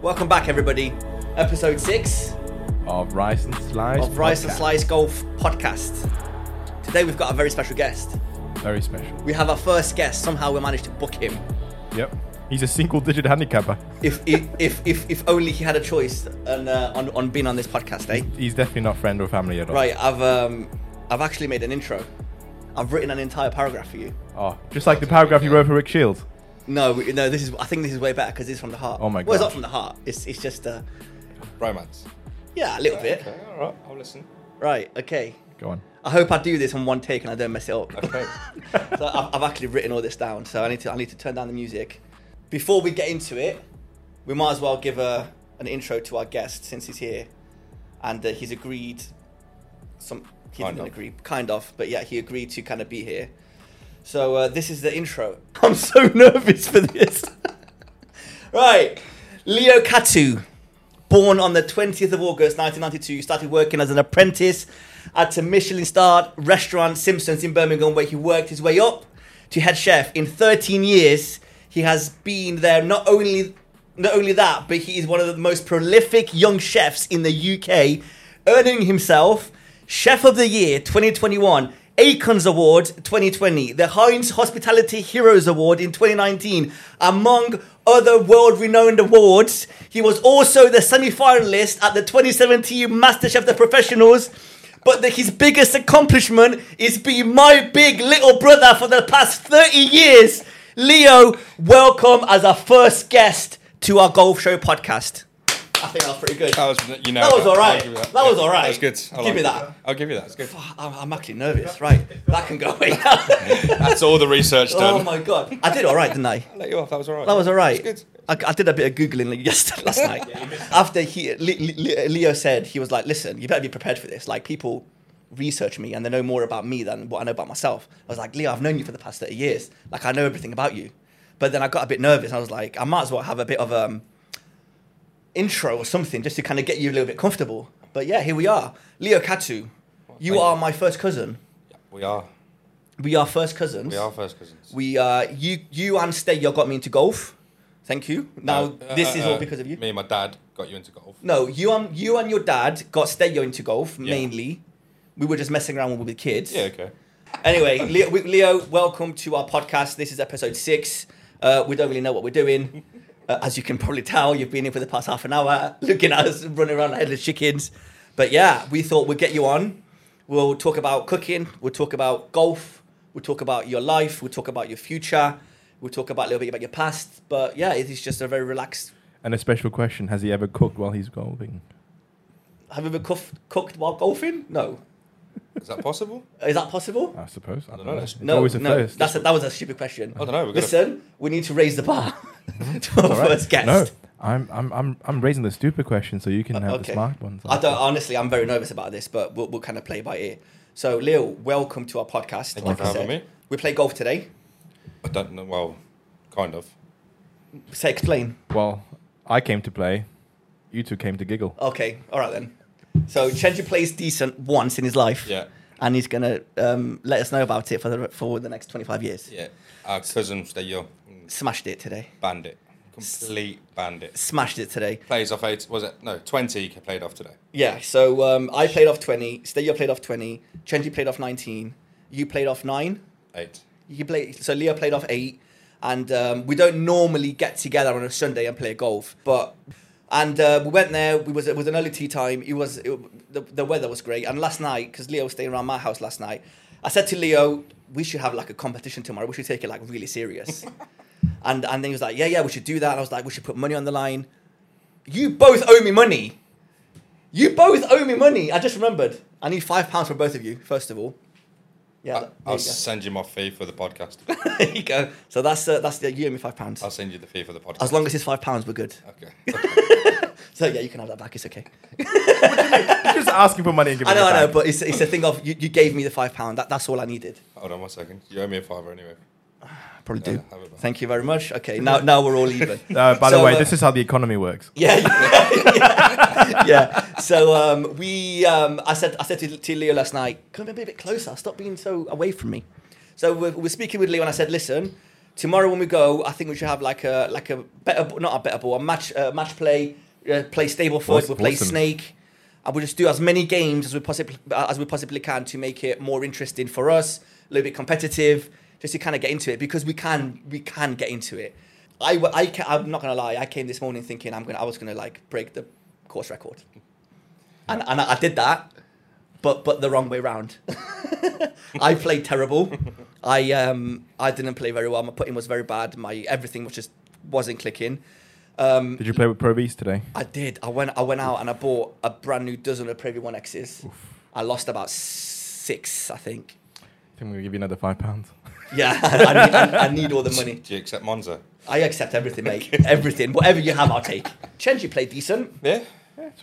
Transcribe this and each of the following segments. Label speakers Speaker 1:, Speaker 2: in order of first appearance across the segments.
Speaker 1: Welcome back, everybody. Episode six
Speaker 2: of Rice and Slice.
Speaker 1: of Rice and
Speaker 2: podcast.
Speaker 1: Slice Golf Podcast. Today we've got a very special guest.
Speaker 2: Very special.
Speaker 1: We have our first guest. Somehow we managed to book him.
Speaker 2: Yep. He's a single digit handicapper.
Speaker 1: If if if, if, if only he had a choice on, uh, on on being on this podcast, eh?
Speaker 2: He's definitely not friend or family at all.
Speaker 1: Right. I've um I've actually made an intro. I've written an entire paragraph for you.
Speaker 2: Oh, just like the paragraph you wrote for Rick Shields.
Speaker 1: No, we- no. This is. I think this is way better because it's from the heart.
Speaker 2: Oh my
Speaker 1: Well, it's not
Speaker 2: gosh.
Speaker 1: from the heart. It's it's just uh,
Speaker 3: Romance.
Speaker 1: yeah, a little bit.
Speaker 3: Okay, all right, I'll listen.
Speaker 1: Right. Okay.
Speaker 2: Go on.
Speaker 1: I hope I do this on one take and I don't mess it up.
Speaker 3: Okay.
Speaker 1: so I've, I've actually written all this down, so I need to I need to turn down the music. Before we get into it, we might as well give a an intro to our guest since he's here, and uh, he's agreed. Some he
Speaker 3: Kind
Speaker 1: didn't
Speaker 3: of.
Speaker 1: agree, kind of, but yeah, he agreed to kind of be here. So uh, this is the intro. I'm so nervous for this. right, Leo Katu. Born on the 20th of August 1992, he started working as an apprentice at a Michelin starred restaurant Simpsons in Birmingham, where he worked his way up to head chef. In 13 years, he has been there. Not only, not only that, but he is one of the most prolific young chefs in the UK, earning himself Chef of the Year 2021. Acon's Award 2020, the Heinz Hospitality Heroes Award in 2019, among other world renowned awards. He was also the semi finalist at the 2017 MasterChef The Professionals. But the, his biggest accomplishment is being my big little brother for the past 30 years. Leo, welcome as our first guest to our Golf Show podcast. I think that was pretty good.
Speaker 3: That was, you know,
Speaker 1: That was all
Speaker 3: I'll
Speaker 1: right.
Speaker 3: give you
Speaker 1: That was
Speaker 3: Yeah,
Speaker 1: all right.
Speaker 3: That was good. I
Speaker 1: Give
Speaker 3: like
Speaker 1: me
Speaker 3: it.
Speaker 1: that.
Speaker 3: I'll give you that. It's good.
Speaker 1: I'm, I'm actually nervous, right? That can go away now.
Speaker 3: That's all the research done.
Speaker 1: Oh my god, I did all right, didn't I?
Speaker 3: I let you off. That was all right.
Speaker 1: That was all right.
Speaker 3: It's good.
Speaker 1: I, I did a bit of googling like yesterday, last night. After he, Le- Le- Leo said he was like, "Listen, you better be prepared for this. Like people research me and they know more about me than what I know about myself." I was like, "Leo, I've known you for the past thirty years. Like I know everything about you." But then I got a bit nervous. I was like, "I might as well have a bit of um intro or something just to kind of get you a little bit comfortable." But yeah, here we are, Leo Katu. You
Speaker 3: thank
Speaker 1: are
Speaker 3: you.
Speaker 1: my first cousin.
Speaker 3: We are.
Speaker 1: We are first cousins.
Speaker 3: We are first cousins.
Speaker 1: We uh, you you and Steya got me into golf. Thank you. Now
Speaker 3: Uh,
Speaker 1: this
Speaker 3: uh,
Speaker 1: is
Speaker 3: uh,
Speaker 1: all because of you.
Speaker 3: Me and my dad got you into golf.
Speaker 1: No, you and you and your dad got Steya into golf mainly. We were just messing around when we were kids.
Speaker 3: Yeah, okay.
Speaker 1: Anyway, Leo, we- Leo, welcome to our podcast. This is episode six. Uh, we don't really know what we're doing. Uh, as you can probably tell, you've been here for the past half an hour looking at us running around like headless chickens. But yeah, we thought we'd get you on. We'll talk about cooking. We'll talk about golf. We'll talk about your life. We'll talk about your future. We'll talk about a little bit about your past. But yeah, it is just a very relaxed.
Speaker 2: And a special question Has he ever cooked while he's golfing?
Speaker 1: Have you ever cuff, cooked while golfing? No.
Speaker 3: Is that possible?
Speaker 1: Is that possible?
Speaker 2: I suppose. I don't
Speaker 3: know.
Speaker 2: know. It's
Speaker 1: No,
Speaker 2: always a
Speaker 1: no.
Speaker 2: first.
Speaker 1: That's a, that was a stupid question.
Speaker 3: I don't know. We're gonna-
Speaker 1: Listen, we need to raise the bar to our
Speaker 2: All right.
Speaker 1: first guest.
Speaker 2: No, I'm, I'm, I'm, I'm raising the stupid question so you can have the
Speaker 1: Uh, Okay.
Speaker 2: smart ones.
Speaker 1: I don't. Honestly, I'm very nervous about this, but we'll, we'll kind of play by ear. So, Leo, welcome to our podcast.
Speaker 3: Thank you for having me.
Speaker 1: we play golf today.
Speaker 3: I don't know. Well, kind of.
Speaker 1: Say, explain.
Speaker 2: Well, I came to play. You two came to giggle.
Speaker 1: Okay, all right then. So, Chenji plays decent once in his life.
Speaker 3: Yeah.
Speaker 1: And he's gonna um, let us know about it for the for the next 25 years.
Speaker 3: Yeah. Our cousin, stay young.
Speaker 1: Smashed it today.
Speaker 3: Bandit. Complete bandit.
Speaker 1: Smashed it today.
Speaker 3: Plays off eight. Was it? No, 20 he played off today.
Speaker 1: Yeah, so um, I played off 20, Steya played off 20, Chenji played off 19, you played off 9,
Speaker 3: Eight.
Speaker 1: you played, so Leo played off 8, and um, we don't normally get together on a Sunday and play golf, but, and uh, we went there, we was, it was an early tea time, it was, it, the, the weather was great, and last night, because Leo was staying around my house last night, I said to Leo, we should have like a competition tomorrow, we should take it like really serious. and, and then he was like, yeah, yeah, we should do that, and I was like, we should put money on the line. You both owe me money. You both owe me money. I just remembered. I need five pounds from both of you, first of all. Yeah,
Speaker 3: I,
Speaker 1: th- there
Speaker 3: I'll
Speaker 1: you go.
Speaker 3: send you my fee for the podcast.
Speaker 1: there you go. So that's uh, that's the, you owe me five pounds.
Speaker 3: I'll send you the fee for the podcast.
Speaker 1: As long as it's five pounds, we're good.
Speaker 3: Okay.
Speaker 1: So yeah, you can have that back. It's okay.
Speaker 2: just asking for money and
Speaker 1: I
Speaker 2: giving
Speaker 1: know,
Speaker 2: it
Speaker 1: I know,
Speaker 2: back.
Speaker 1: but it's, it's a thing of you, you gave me the five pound. That, that's all I needed.
Speaker 3: Hold on one second. You owe me a fiver anyway.
Speaker 1: I probably
Speaker 3: Yeah,
Speaker 1: do.
Speaker 3: have it back.
Speaker 1: Thank you very much. Okay, now now we're all even.
Speaker 2: Uh, by the
Speaker 1: So,
Speaker 2: way,
Speaker 1: uh,
Speaker 2: this is how the economy works.
Speaker 1: Yeah, yeah, yeah. So um, we, um, I said, I said to, to Leo last night, come a bit, bit closer. Stop being so away from me. So we're, we're speaking with Leo, and I said, listen, Tomorrow when we go, I think we should have like a like a better, not a better ball, a match uh, match play, uh, play Stableford.
Speaker 2: Awesome.
Speaker 1: We'll play
Speaker 2: Awesome.
Speaker 1: Snake, and we'll just do as many games as we possibly as we possibly can to make it more interesting for us, a little bit competitive, just to kind of get into it because we can we can get into it. I, w- I ca- I'm not gonna lie, I came this morning thinking I'm gonna I was gonna like break the course record, and and I, I did that but but the wrong way round. I played terrible. I um I didn't play very well. My putting was very bad. My everything was just wasn't clicking. Um,
Speaker 2: Did you play with Pro Beast today?
Speaker 1: I did. I went I went out and I bought a brand new dozen of Privy One X's. I lost about six, I think.
Speaker 2: I think I'm gonna give you another five pounds.
Speaker 1: Yeah, I, I need, I, I need all the money.
Speaker 3: Do you accept Monza?
Speaker 1: I accept everything, mate. Everything, whatever you have, I'll take. Chenji played decent.
Speaker 3: Yeah.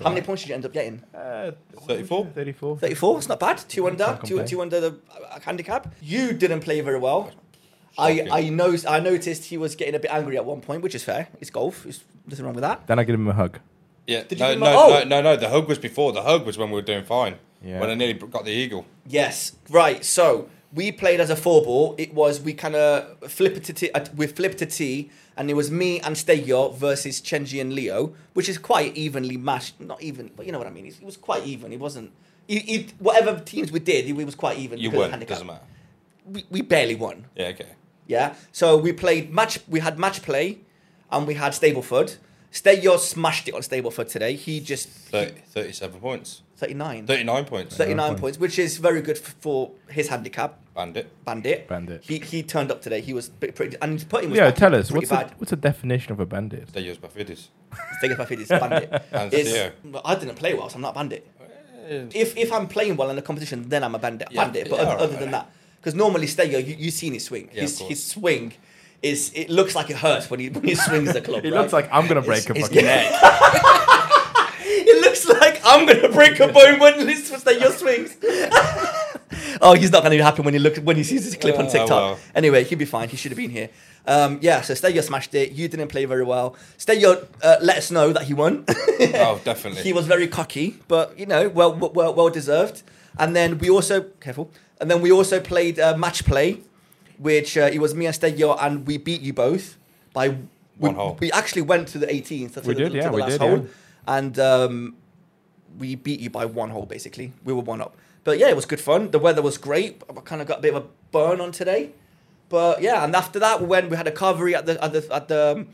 Speaker 1: How many points did you end up getting?
Speaker 2: Uh,
Speaker 3: 34?
Speaker 2: 34.
Speaker 1: 34. It's not bad. Two under,
Speaker 2: Can't
Speaker 1: two,
Speaker 2: complain.
Speaker 1: two under the uh, handicap. You didn't play very well. I
Speaker 3: Shocking.
Speaker 1: I know I noticed he was getting a bit angry at one point, which is fair. It's golf. There's nothing wrong with that.
Speaker 2: Then I give him a hug.
Speaker 3: Yeah.
Speaker 1: Did you
Speaker 3: no,
Speaker 1: give him a-
Speaker 3: no,
Speaker 1: Oh!
Speaker 3: no, no, no. The hug was before. The hug was when we were doing fine.
Speaker 2: Yeah.
Speaker 3: When I nearly got the eagle.
Speaker 1: Yes, right. So we played as a four ball. It was we kind of flipped to t- uh, we flipped to T, and it was me and Stegio versus Chenji and Leo, which is quite evenly matched. Not even, but you know what I mean. It was quite even. It wasn't. It, it, whatever teams we did, it, was quite even.
Speaker 3: You
Speaker 1: because of
Speaker 3: weren't.
Speaker 1: handicap.
Speaker 3: Doesn't matter.
Speaker 1: We, we barely won.
Speaker 3: Yeah. Okay.
Speaker 1: Yeah. So we played match. We had match play, and we had Stableford. Stay your smashed it on Stableford today. He just
Speaker 3: 30, 37 points.
Speaker 1: thirty nine.
Speaker 3: 39 points.
Speaker 1: Thirty nine
Speaker 2: points.
Speaker 1: points, which is very good f- for his handicap.
Speaker 3: Bandit.
Speaker 1: Bandit.
Speaker 2: Bandit.
Speaker 1: He he turned up today. He was pretty, pretty and his putting was
Speaker 2: Yeah,
Speaker 1: actually
Speaker 2: tell us
Speaker 1: pretty
Speaker 2: what's the,
Speaker 1: bad.
Speaker 2: what's the definition of a bandit?
Speaker 3: They use Bafidis.
Speaker 1: Think of my feet is bandit.
Speaker 3: And
Speaker 1: It's,
Speaker 3: Theo.
Speaker 1: well, I didn't play well, so I'm not bandit. If if I'm playing well in the competition, then I'm a bandit.
Speaker 3: Yeah,
Speaker 1: bandit.
Speaker 3: yeah,
Speaker 1: But other,
Speaker 3: alright,
Speaker 1: other than that, because normally Stego, you you've seen his swing.
Speaker 3: Yeah,
Speaker 1: his
Speaker 3: of course.
Speaker 1: his swing is it looks like it hurts when he when he swings the club.
Speaker 2: It
Speaker 1: right?
Speaker 2: looks like I'm gonna break
Speaker 1: It's-
Speaker 2: a
Speaker 1: it's-
Speaker 2: fucking neck.
Speaker 1: It looks like I'm gonna break a bone when this was that your swings. oh, he's not gonna be happy when he look when he sees this clip on
Speaker 3: Oh,
Speaker 1: TikTok.
Speaker 3: well.
Speaker 1: Anyway, he'll be fine. He should have been here. Um, yeah, so Stegio smashed it. You didn't play very well. Stegio uh, let us know that he won.
Speaker 3: Oh, definitely.
Speaker 1: he was very cocky, but you know, well, well, well deserved. And then we also careful. And then we also played uh, match play, which uh, it was me and Stegio, and we beat you both by
Speaker 3: One
Speaker 1: we,
Speaker 3: hole.
Speaker 1: We actually went to the 18th. to
Speaker 2: We
Speaker 1: the-
Speaker 2: did,
Speaker 1: to
Speaker 2: yeah,
Speaker 1: the
Speaker 2: we
Speaker 1: last
Speaker 2: did,
Speaker 1: hole.
Speaker 2: yeah.
Speaker 1: And um, we beat you by one hole basically. We were one up. But yeah, it was good fun. The weather was great. I kind of got a bit of a burn on today. But yeah, and after that, we went. We had a carvery at the at the at the um,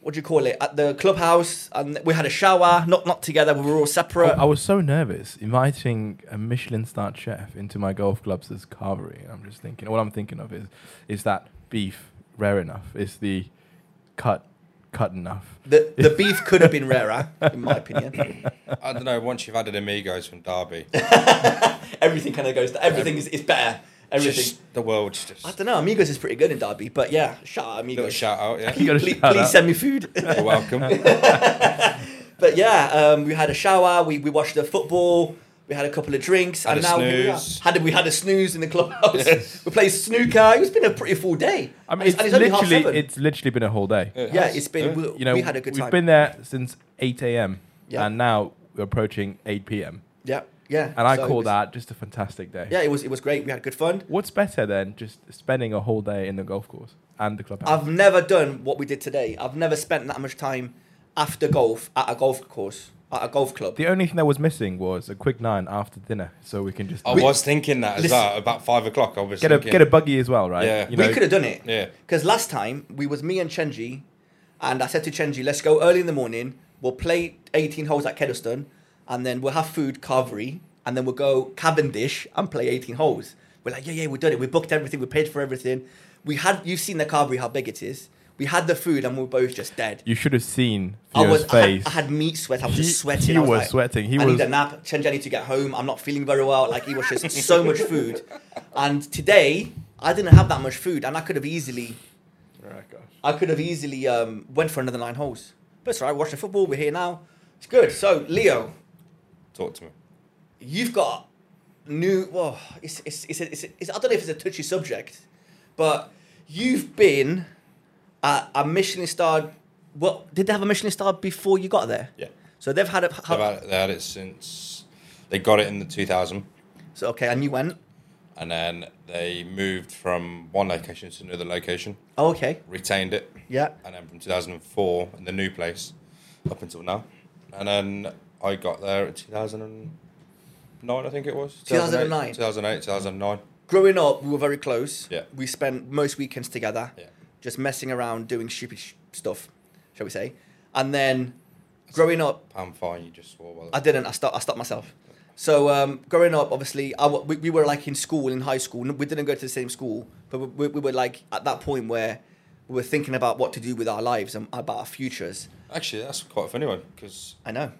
Speaker 1: what do you call it at the clubhouse, and we had a shower. Not not together. We were all
Speaker 2: I,
Speaker 1: separate.
Speaker 2: I was so nervous inviting a Michelin starred chef into my golf clubs as carvery. And I'm just thinking, all I'm thinking of is is that beef rare enough? Is the cut cut enough?
Speaker 1: the the beef could have been rarer, in my opinion.
Speaker 3: I don't know. Once you've added amigos from Derby,
Speaker 1: Everything kind of goes. Everything is, is better. Everything.
Speaker 3: just the world's just
Speaker 1: I don't know. Amigos is pretty good in Derby, but yeah, shout out
Speaker 3: little
Speaker 1: Amigos.
Speaker 3: shout out. Yeah,
Speaker 2: You gotta
Speaker 1: please
Speaker 2: shout
Speaker 1: please
Speaker 2: out.
Speaker 1: send me food.
Speaker 3: you're welcome.
Speaker 1: But yeah, um, we had a shower, we, we watched the football, we had a couple of drinks,
Speaker 3: Had
Speaker 1: and
Speaker 3: a
Speaker 1: now here we are.
Speaker 3: snooze.
Speaker 1: Had a, we had a snooze in the clubhouse.
Speaker 3: Yes.
Speaker 1: we played snooker. It's been a pretty full day.
Speaker 2: I
Speaker 1: And
Speaker 2: mean, it's,
Speaker 1: and only half
Speaker 2: literally
Speaker 1: seven.
Speaker 2: it's literally been a whole day.
Speaker 3: It
Speaker 1: yeah,
Speaker 3: has,
Speaker 1: it's been.
Speaker 3: yeah.
Speaker 1: We,
Speaker 2: You know,
Speaker 1: we had a good
Speaker 2: we've
Speaker 1: time.
Speaker 2: been there since 8 a.m.
Speaker 1: Yeah.
Speaker 2: and now we're approaching 8 p.m.
Speaker 1: Yeah, yeah.
Speaker 2: And I
Speaker 1: So it
Speaker 2: call
Speaker 1: was-
Speaker 2: that just a fantastic day.
Speaker 1: Yeah, it was it was great. We had good fun.
Speaker 2: What's better than just spending a whole day in the golf course and the clubhouse?
Speaker 1: I've never done what we did today. I've never spent that much time after golf at a golf course at a golf club.
Speaker 2: the only thing that was missing was a quick nine after dinner, so we can just
Speaker 3: I
Speaker 2: We-
Speaker 3: was thinking that as
Speaker 1: Listen.
Speaker 3: well. About five o'clock, I was
Speaker 2: get a
Speaker 3: thinking,
Speaker 2: get a buggy as well, right?
Speaker 3: Yeah.
Speaker 2: You
Speaker 1: we
Speaker 2: know,
Speaker 1: could have done it.
Speaker 3: Yeah.
Speaker 1: Because last time we was me and Chenji, and I said to Chenji, "Let's go early in the morning. We'll play 18 holes at Kedleston, and then we'll have food, carvery, and then we'll go Cavendish and play 18 holes." We're like, "Yeah, yeah, we've done it. We booked everything. We paid for everything. We had. You've seen the carvery, how big it is. We had the food, and we were both just dead."
Speaker 2: You should have seen
Speaker 1: I
Speaker 2: Theo's
Speaker 1: was, I
Speaker 2: face.
Speaker 1: had, I had meat sweat. I was
Speaker 2: He-
Speaker 1: just sweating.
Speaker 2: he
Speaker 1: I was,
Speaker 2: was
Speaker 1: like,
Speaker 2: sweating. He
Speaker 1: I
Speaker 2: was-
Speaker 1: need a nap. Chenji, I need to get home. I'm not feeling very well. Like, it was just so much food. And today, I didn't have that much food, and I could have easily I could have easily um, went for another nine holes. But it's all right, watching football, we're here now. It's good. So, Leo,
Speaker 3: Talk to me.
Speaker 1: you've got new. Well, it's, it's, it's, a, it's, a, it's, I don't know if it's a touchy subject, but you've been at a Michelin star. Well, did they have a Michelin star before you got there?
Speaker 3: Yeah.
Speaker 1: So they've had a. How,
Speaker 3: They've had, they had it since they got it in the 2000.
Speaker 1: so, okay, and you went.
Speaker 3: and then they moved from one location to another location,
Speaker 1: Oh, okay.
Speaker 3: retained it,
Speaker 1: Yeah.
Speaker 3: and then from 2004 in the new place up until now. And then I got there in 2009, I think it was.
Speaker 1: 2009.
Speaker 3: 2008, 2009.
Speaker 1: Growing up, we were very close.
Speaker 3: Yeah.
Speaker 1: We spent most weekends together,
Speaker 3: Yeah.
Speaker 1: just messing around, doing stupid sh- stuff, shall we say? And then, growing up,
Speaker 3: I'm fine, you just swore. Well,
Speaker 1: I didn't. I stopped. I stopped myself. So um, growing up, obviously, I w- we, we were like in school, in high school. We didn't go to the same school, but we, we, we were like at that point where we were thinking about what to do with our lives and about our futures.
Speaker 3: Actually, that's quite a funny one because
Speaker 1: I know.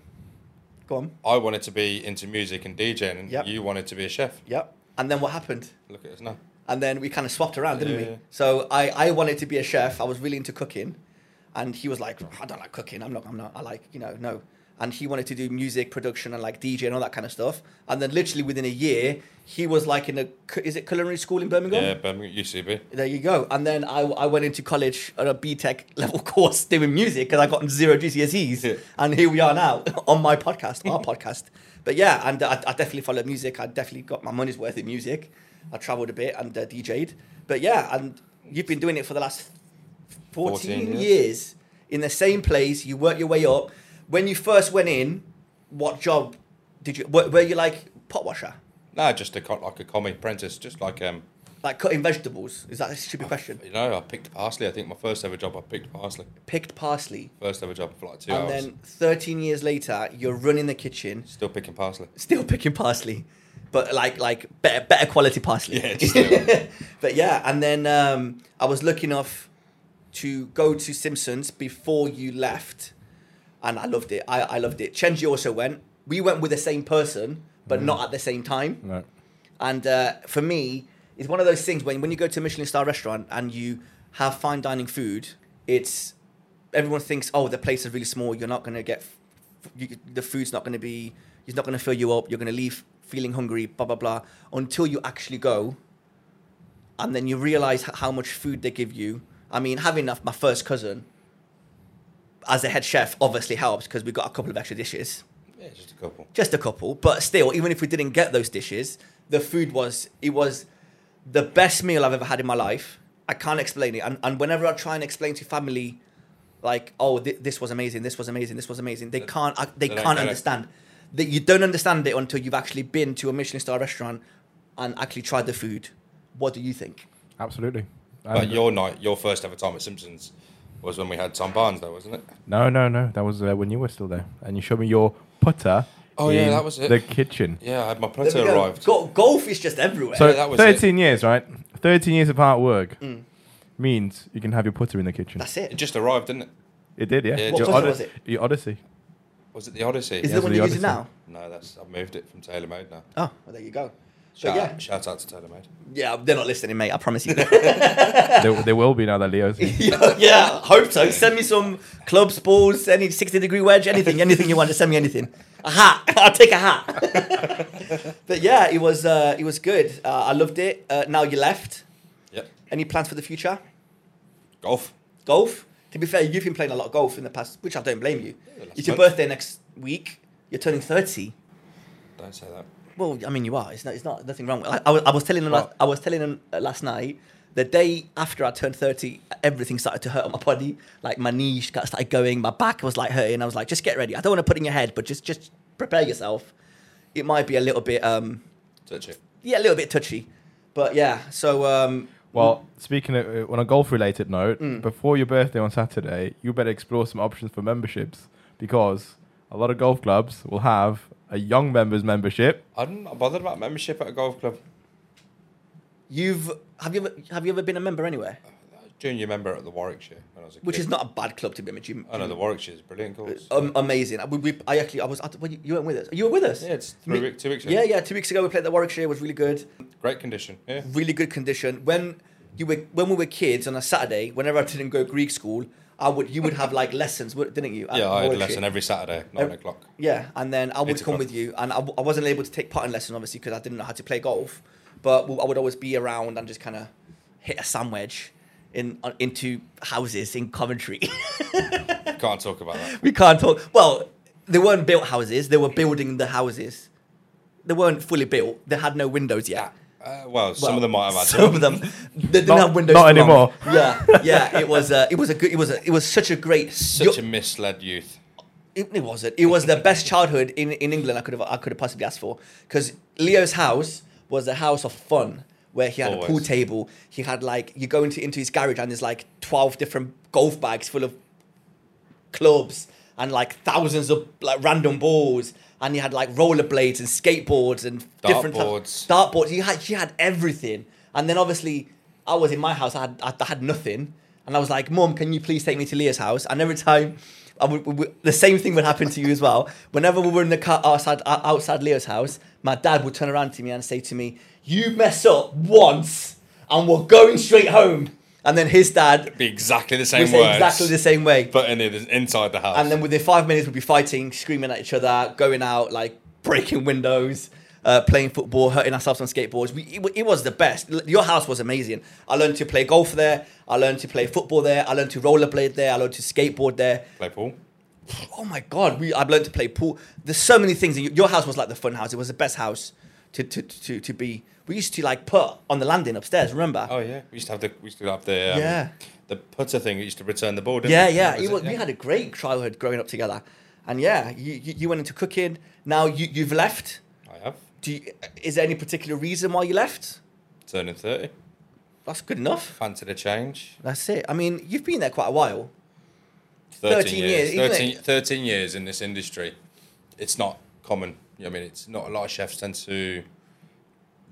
Speaker 1: Go on.
Speaker 3: I wanted to be into music and DJing, and
Speaker 1: Yep.
Speaker 3: you wanted to be a chef.
Speaker 1: Yep. And then what happened?
Speaker 3: Look at us now.
Speaker 1: And then we kind of swapped around, didn't
Speaker 3: Yeah.
Speaker 1: we? So I, I wanted to be a chef. I was really into cooking, and he was like, I don't like cooking. I'm not. I'm not. I like you know no. And he wanted to do music production and like DJ and all that kind of stuff. And then literally within a year, he was like in a cu- is it culinary school in Birmingham?
Speaker 3: Yeah, Birmingham, UCB.
Speaker 1: There you go. And then I, I went into college on a BTEC level course doing music because I got zero GCSEs.
Speaker 3: Yeah.
Speaker 1: And here we are now on my podcast, our podcast. But yeah, and I, I definitely followed music. I definitely got my money's worth in music. I traveled a bit and uh, DJ'd. But yeah, and you've been doing it for the last 14,
Speaker 3: 14 years.
Speaker 1: years in the same place. You work your way up. When you first went in, what job did you, were, were you like pot washer?
Speaker 3: No, just a co- like a commie apprentice, just like um,
Speaker 1: Like cutting vegetables? Is that a stupid question?
Speaker 3: you know, I picked parsley. I think my first ever job, I picked parsley.
Speaker 1: Picked parsley.
Speaker 3: First ever job for like two
Speaker 1: and
Speaker 3: hours.
Speaker 1: then 13 years later you're running the kitchen
Speaker 3: Still picking parsley.
Speaker 1: still picking parsley but like like better better quality parsley
Speaker 3: Yeah, just do
Speaker 1: but yeah and then um, i was lucky enough to go to simpsons before you left and i loved it i, I loved it chenji also went we went with the same person
Speaker 3: Mm.
Speaker 1: but not at the same time
Speaker 2: No.
Speaker 1: and uh, for me, it's one of those things when, when you go to a Michelin star restaurant and you have fine dining food, it's everyone thinks, oh, the place is really small. You're not going to get f- f- you, the food's not going to be, it's not going to fill you up. You're going to leave feeling hungry, blah, blah, blah, until you actually go. And then you realize h- how much food they give you. I mean, having a- my first cousin as a head chef obviously helps because we got a couple of extra dishes
Speaker 3: Yeah, just a couple.
Speaker 1: just a couple, but still, even if we didn't get those dishes, the food was it was the best meal I've ever had in my life. I can't explain it, and, and whenever I try and explain to family, like, oh, th- this was amazing, this was amazing, this was amazing, they can't, I, they
Speaker 3: They don't
Speaker 1: can't
Speaker 3: get it.
Speaker 1: understand. That you don't understand it until you've actually been to a Michelin star restaurant and actually tried the food. What do you think?
Speaker 2: Absolutely. I
Speaker 3: But
Speaker 2: agree.
Speaker 3: your night, your first ever time at Simpsons was when we had Tom Barnes, though, wasn't it?
Speaker 2: No, no, no. That was uh, when you were still there, and you showed me your putter.
Speaker 3: Oh, yeah,
Speaker 2: in
Speaker 3: that was it.
Speaker 2: The kitchen.
Speaker 3: Yeah, I had my
Speaker 1: There we
Speaker 3: plateau
Speaker 1: go.
Speaker 3: arrived.
Speaker 1: Go- golf is just everywhere.
Speaker 2: So
Speaker 3: Yeah, that was it.
Speaker 2: thirteen years, right? Thirteen years of hard work means you can have your putter in the kitchen.
Speaker 1: Mm. That's it.
Speaker 3: It just arrived, didn't it?
Speaker 2: It did, yeah.
Speaker 3: Yeah,
Speaker 1: What
Speaker 2: your,
Speaker 1: putter
Speaker 2: Odys-
Speaker 1: was it?
Speaker 2: your Odyssey.
Speaker 3: Was it the Odyssey?
Speaker 1: Is
Speaker 2: Yeah,
Speaker 1: it the
Speaker 2: so
Speaker 1: one
Speaker 2: the
Speaker 1: you're using
Speaker 2: Odyssey.
Speaker 1: now?
Speaker 3: No, that's I've moved it from TaylorMade now.
Speaker 1: Oh, well, there you go. So
Speaker 3: Shout,
Speaker 1: yeah,
Speaker 3: out, shout out to TaylorMade.
Speaker 1: yeah, they're not listening, mate. I promise you.
Speaker 2: there, there will be now that Leo's. here.
Speaker 1: yeah, yeah, hope so. Send me some clubs, balls, any 60 degree wedge, anything, anything you want. Just send me anything. A hat. I'll take a hat. but yeah, it was uh, it was good. Uh, I loved it. Uh, now you left.
Speaker 3: Yep.
Speaker 1: Any plans for the future?
Speaker 3: Golf.
Speaker 1: Golf. To be fair, you've been playing a lot of golf in the past, which I don't blame you.
Speaker 3: Yeah, last
Speaker 1: It's your
Speaker 3: month.
Speaker 1: birthday next week. You're turning 30.
Speaker 3: Don't say that.
Speaker 1: Well, I mean, you are. It's not. It's not. Nothing wrong. with I, I, was, I was telling him.
Speaker 3: Well-
Speaker 1: I was telling him uh, last night. The day after I turned thirty, everything started to hurt on my body. Like my knees got started going. My back was like hurting. I was like, just get ready. I don't want to put it in your head, but just just prepare yourself. It might be a little bit, um,
Speaker 3: Touch it.
Speaker 1: yeah, a little bit touchy, but yeah. So um,
Speaker 2: Well, Mm. speaking of, uh, on a golf related note, before your birthday on Saturday, you better explore some options for memberships because a lot of golf clubs will have a young members membership.
Speaker 3: I'm not bothered about membership at a golf club.
Speaker 1: you've have you ever have you ever been a member anywhere?
Speaker 3: I was junior member at the Warwickshire when I was a kid.
Speaker 1: Which is not a bad club to be a member.
Speaker 3: I know the Warwickshire is a brilliant course.
Speaker 1: um, amazing. We, we, I actually, I was. I, well, you, you weren't with us. You were with us.
Speaker 3: yeah, it's three
Speaker 1: Me-
Speaker 3: week, two weeks. ago.
Speaker 1: Yeah, yeah. Two weeks ago, we played the Warwickshire. It was really good.
Speaker 3: Great condition. Yeah.
Speaker 1: really good condition. When you were when we were kids on a Saturday, whenever I didn't go Greek school, I would you would have like lessons, wo- didn't you? at
Speaker 3: Yeah, I had a
Speaker 1: Warwickshire?
Speaker 3: lesson every Saturday, nine
Speaker 1: Ev-
Speaker 3: o'clock.
Speaker 1: Yeah, and then I would
Speaker 3: Eight
Speaker 1: come
Speaker 3: o'clock.
Speaker 1: with you, and I, w- I wasn't able to take part in lessons obviously because I didn't know how to play golf, but w- I would always be around and just kind of hit a sandwich in on, into houses in Coventry.
Speaker 3: Can't talk about that.
Speaker 1: we can't talk. Well, they weren't built houses; they were building the houses. They weren't fully built. They had no windows yet.
Speaker 3: Uh, Uh, well, some of them might have had
Speaker 1: some
Speaker 3: one.
Speaker 1: of them. They didn't
Speaker 2: Not-
Speaker 1: have Windows.
Speaker 2: not
Speaker 1: for long.
Speaker 2: anymore.
Speaker 1: Yeah, yeah. It was. Uh, it was a good. It was. A, it was such a great.
Speaker 3: Such a misled youth.
Speaker 1: It, it wasn't. It was the best childhood in, in England I could have I could have possibly asked for. Because Leo's house was a house of fun where he had a pool
Speaker 3: Always.
Speaker 1: table. He had like you go into into his garage and there's like twelve different golf bags full of clubs and like thousands of like random balls. And he had like rollerblades and skateboards and different type-
Speaker 3: Dartboards.
Speaker 1: dartboards. He had he had everything. And then obviously I was in my house. I had I, I had nothing. And I was like, Mum, can you please take me to Leah's house? And every time, I would, would- would- the same thing would happen to you as well. Whenever we were in the car outside o- outside Leah's house, my dad would turn around to me and say to me, "You mess up once, and we're going straight home." And then his dad
Speaker 3: Be exactly the
Speaker 1: would
Speaker 3: same
Speaker 1: say
Speaker 3: words.
Speaker 1: exactly the same way.
Speaker 3: But in it is inside the house.
Speaker 1: And then within five minutes, we'd be fighting, screaming at each other, going out, like breaking windows, uh, playing football, hurting ourselves on skateboards. We, it, wa- it was the best. L- Your house was amazing. I learned to play golf there. I learned to play football there. I learned to rollerblade there. I learned to skateboard there.
Speaker 3: play pool.
Speaker 1: Oh my God, we, I've learned to play pool. There's so many things. And y- Your house was like the fun house. It was the best house to, to, to, to be. We used to like put on the landing upstairs, remember?
Speaker 3: Oh yeah, we used to have the we used to have the um,
Speaker 1: Yeah.
Speaker 3: the putter thing. that used to return the ball. Didn't
Speaker 1: Yeah,
Speaker 3: we?
Speaker 1: yeah.
Speaker 3: That
Speaker 1: It
Speaker 3: was
Speaker 1: was,
Speaker 3: it,
Speaker 1: We
Speaker 3: yeah.
Speaker 1: had a great childhood growing up together. And yeah, you, you, you went into cooking. Now you, you've left.
Speaker 3: I have
Speaker 1: Do you, is there any particular reason why you left?
Speaker 3: turning thirty.
Speaker 1: That's good enough.
Speaker 3: Fancied a change.
Speaker 1: That's it. I mean, you've been there quite a while.
Speaker 3: 13,
Speaker 1: 13 years,
Speaker 3: years.
Speaker 1: isn't it?
Speaker 3: 13, 13 years in this industry. It's not common. You know what I mean, it's not a lot of chefs tend to.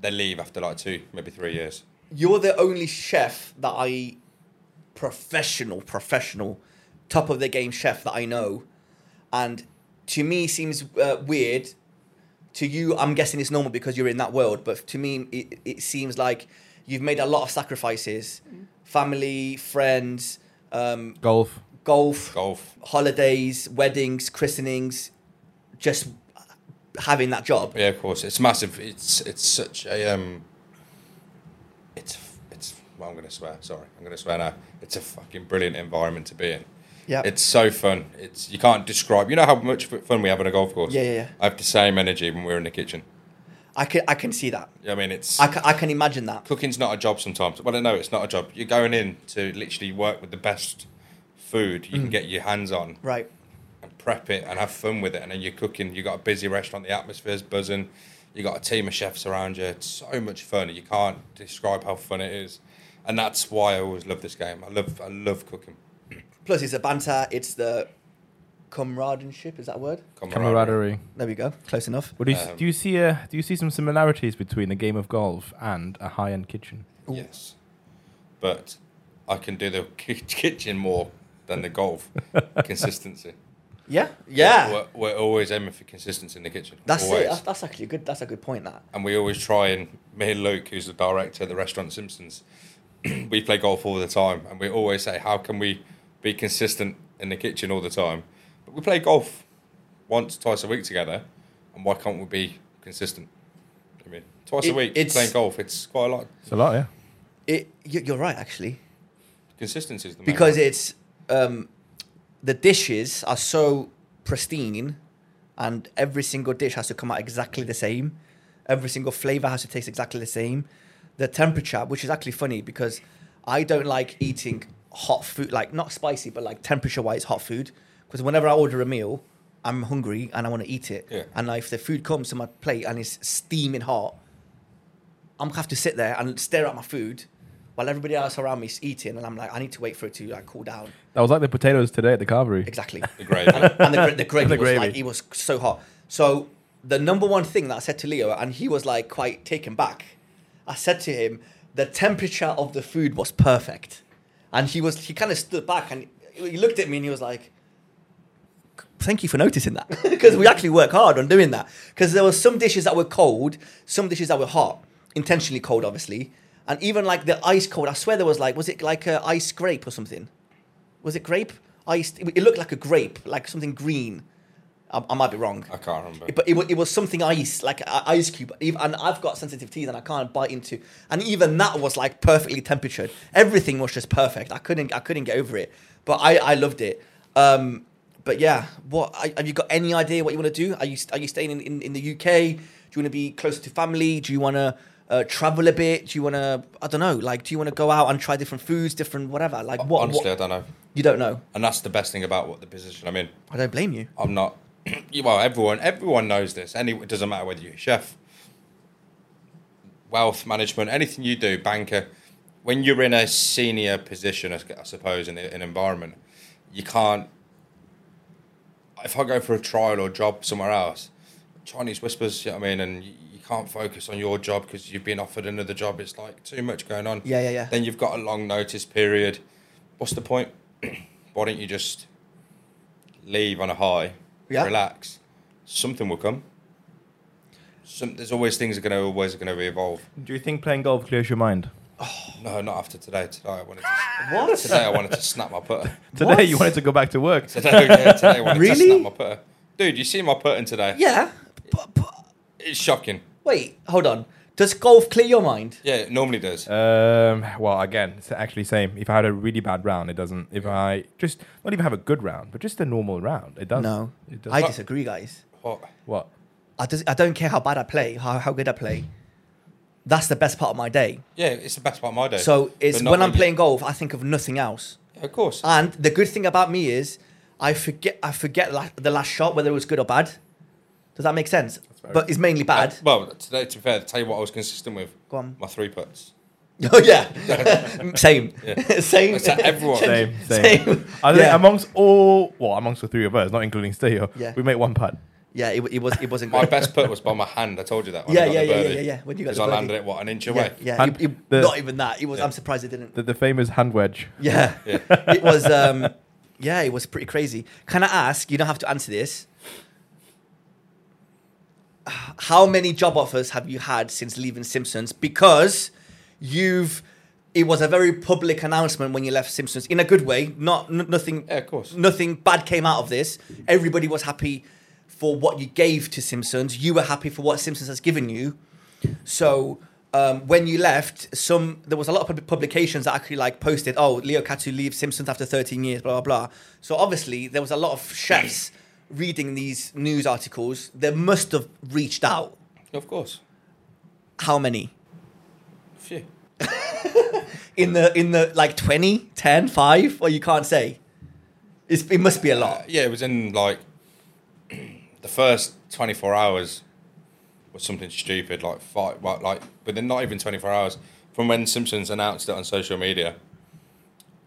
Speaker 3: They leave after like two, maybe three years.
Speaker 1: You're the only chef that I professional, professional, top of the game chef that I know, and to me seems uh, weird. To you, I'm guessing it's normal because you're in that world, but to me, it, it seems like you've made a lot of sacrifices, family, friends, um,
Speaker 2: Golf.
Speaker 1: golf,
Speaker 3: Golf.
Speaker 1: holidays, weddings, christenings, just having that job.
Speaker 3: Yeah, of course. It's massive. It's it's such a um. It's it's. Well, I'm gonna swear. Sorry, I'm gonna swear now. It's a fucking brilliant environment to be in.
Speaker 1: Yeah.
Speaker 3: It's so fun. It's you can't describe. You know how much f- fun we have on a golf course.
Speaker 1: Yeah, yeah, yeah.
Speaker 3: I have the same energy when we're in the kitchen.
Speaker 1: I can I can see that.
Speaker 3: You know what I mean, it's
Speaker 1: I can, I can imagine that.
Speaker 3: cooking's not a job sometimes. Well, no, it's not a job. You're going in to literally work with the best food
Speaker 1: Mm.
Speaker 3: you can get your hands on
Speaker 1: Right.
Speaker 3: and prep it and have fun with it. And then you're cooking. You got a busy restaurant. The atmosphere's buzzing. You got a team of chefs around you. It's so much fun. You can't describe how fun it is. And that's why I always love this game. I love I love cooking.
Speaker 1: Plus, it's the banter. It's the comradeship. Is that a word?
Speaker 2: Camaraderie.
Speaker 1: There we go. Close enough.
Speaker 2: What do you s do? You see a do you see some similarities between a game of golf and a high end kitchen?
Speaker 3: Yes, but I can do the ki- kitchen more than the golf consistency.
Speaker 1: Yeah. Yeah.
Speaker 3: we're, we're always aiming for consistency in the kitchen.
Speaker 1: that's
Speaker 3: always.
Speaker 1: it. That's, that's actually a good. That's a good point. That.
Speaker 3: and we always try and me and Luke, who's the director at the restaurant Simpsons, we play golf all the time, and we always say, how can we be consistent in the kitchen all the time? But we play golf once, twice a week together, and why can't we be consistent? I mean, twice
Speaker 1: It-
Speaker 3: a week
Speaker 1: it's-
Speaker 3: playing golf, it's quite a lot.
Speaker 2: It's a lot, yeah.
Speaker 1: It. you- You're right, actually,
Speaker 3: Consistency is the main
Speaker 1: because
Speaker 3: one.
Speaker 1: it's um, the dishes are so pristine, and every single dish has to come out exactly the same. Every single flavor has to taste exactly the same. The temperature, which is actually funny because I don't like eating hot food, like not spicy, but like temperature wise hot food. Because whenever I order a meal, I'm hungry and I want to eat it.
Speaker 3: Yeah.
Speaker 1: And if the food comes to my plate and it's steaming hot, I'm gonna have to sit there and stare at my food while everybody else around me is eating. And I'm like, I need to wait for it to like cool down.
Speaker 2: That was like the potatoes today at the carvery.
Speaker 1: Exactly.
Speaker 3: the gravy.
Speaker 1: and the, gra- the gravy
Speaker 2: The
Speaker 1: was like
Speaker 2: gravy.
Speaker 1: it was so hot. So the number one thing that I said to Leo, and he was like quite taken back. I said to him, the temperature of the food was perfect, and he was he kind of stood back and he looked at me and he was like, "Thank you for noticing that," because we actually work hard on doing that. Because there were some dishes that were cold, some dishes that were hot, intentionally cold, obviously, and even like the ice cold. I swear there was like was it like a ice grape or something? was it grape? Iced. It, it looked like a grape, like something green. I, I might be wrong,
Speaker 3: I can't remember.
Speaker 1: but it, wa- it was something ice, like an ice cube. Ev- And I've got sensitive teeth, and I can't bite into. And even that was like perfectly temperatured. Everything was just perfect. I couldn't I couldn't get over it, but I I loved it. Um, but yeah, what I- have you got any idea what you want to do? Are you st- are you staying in, in, in the UK? Do you want to be closer to family? Do you want to uh, travel a bit? Do you want to? I don't know. Like, do you want to go out and try different foods, different whatever? Like, what?
Speaker 3: Honestly,
Speaker 1: what-
Speaker 3: I don't know.
Speaker 1: you don't know.
Speaker 3: And that's the best thing about what the position I'm in.
Speaker 1: I don't blame you.
Speaker 3: I'm not. you- well, everyone everyone knows this. Any it doesn't matter whether you're a chef, wealth management, anything you do, banker. When you're in a senior position, I s- I suppose, in a- an environment, you can't. If I go for a trial or job somewhere else, Chinese whispers. You know what I mean, and you, you can't focus on your job because you've been offered another job. It's like too much going on.
Speaker 1: Yeah, yeah, yeah.
Speaker 3: Then you've got a long notice period. What's the point? Why don't you just leave on a high,
Speaker 1: Yeah.
Speaker 3: relax. Something will come. Some, there's always things are going to always going to evolve.
Speaker 2: Do you think playing golf clears your mind?
Speaker 3: No, not after today. Today I wanted to,
Speaker 1: What?
Speaker 3: today I wanted to snap my putter.
Speaker 2: Today you wanted to go back to work.
Speaker 3: Today, yeah, today I wanted to
Speaker 1: Really?
Speaker 3: snap my putter. Dude, you see my putting today?
Speaker 1: Yeah. But, but
Speaker 3: It's shocking.
Speaker 1: wait, hold on. Does golf clear your mind?
Speaker 3: Yeah, it normally does.
Speaker 2: Um, well, again, it's actually same. If I had a really bad round, it doesn't. If I just not even have a good round, but just a normal round, it does.
Speaker 1: No,
Speaker 2: it does.
Speaker 1: I disagree, guys.
Speaker 3: What?
Speaker 2: what?
Speaker 1: I, just, I don't care how bad I play, how, how good I play. That's the best part of my day.
Speaker 3: Yeah, it's the best part of my day.
Speaker 1: So it's
Speaker 3: But not
Speaker 1: when I'm
Speaker 3: you-
Speaker 1: playing golf, I think of nothing else.
Speaker 3: Of course.
Speaker 1: And the good thing about me is, I forget I forget la- the last shot whether it was good or bad. Does that make sense? But it's mainly bad.
Speaker 3: Uh, well, today, to be fair, to tell you what I was consistent with.
Speaker 1: Go on.
Speaker 3: My three putts.
Speaker 1: oh yeah, same, same.
Speaker 3: It's like everyone.
Speaker 2: Same, same.
Speaker 1: Same.
Speaker 2: I think
Speaker 1: Yeah.
Speaker 2: amongst all, well, amongst the three of us, not including Steo,
Speaker 1: Yeah.
Speaker 2: we made one putt.
Speaker 1: Yeah, it, it was it wasn't
Speaker 3: My
Speaker 1: good.
Speaker 3: best putt was by my hand. I told you that.
Speaker 1: Yeah, yeah, yeah, yeah, yeah, when you got
Speaker 3: Because
Speaker 1: the
Speaker 3: I
Speaker 1: birdie.
Speaker 3: landed it what an inch
Speaker 1: yeah,
Speaker 3: away.
Speaker 1: yeah
Speaker 2: And
Speaker 1: it- it-
Speaker 2: the-
Speaker 1: not even that. It was. I'm surprised it didn't.
Speaker 2: The, the famous hand wedge.
Speaker 1: Yeah.
Speaker 3: Yeah.
Speaker 1: it was um yeah, it was pretty crazy. Can I ask, you don't have to answer this. H- How many job offers have you had since leaving Simpsons? Because you've it was a very public announcement when you left Simpsons in a good way. Not n- nothing
Speaker 3: Yeah, of course.
Speaker 1: nothing bad came out of this. Everybody was happy for what you gave to Simpsons. You were happy for what Simpsons has given you. So um, when you left, some there was a lot of pub- publications that actually like posted, "Oh, Leo Katsu leaves Simpsons after 13 years," blah blah blah. So obviously there was a lot of chefs reading these news articles. They must have reached out.
Speaker 3: Of course.
Speaker 1: How many?
Speaker 3: Phew.
Speaker 1: In the in the like 20, 10, 5, or you can't say. It's, it must be a
Speaker 3: Uh,
Speaker 1: lot.
Speaker 3: yeah, it was in like the first 24 hours was something stupid, like five, well, like within not even 24 hours from when Simpsons announced it on social media.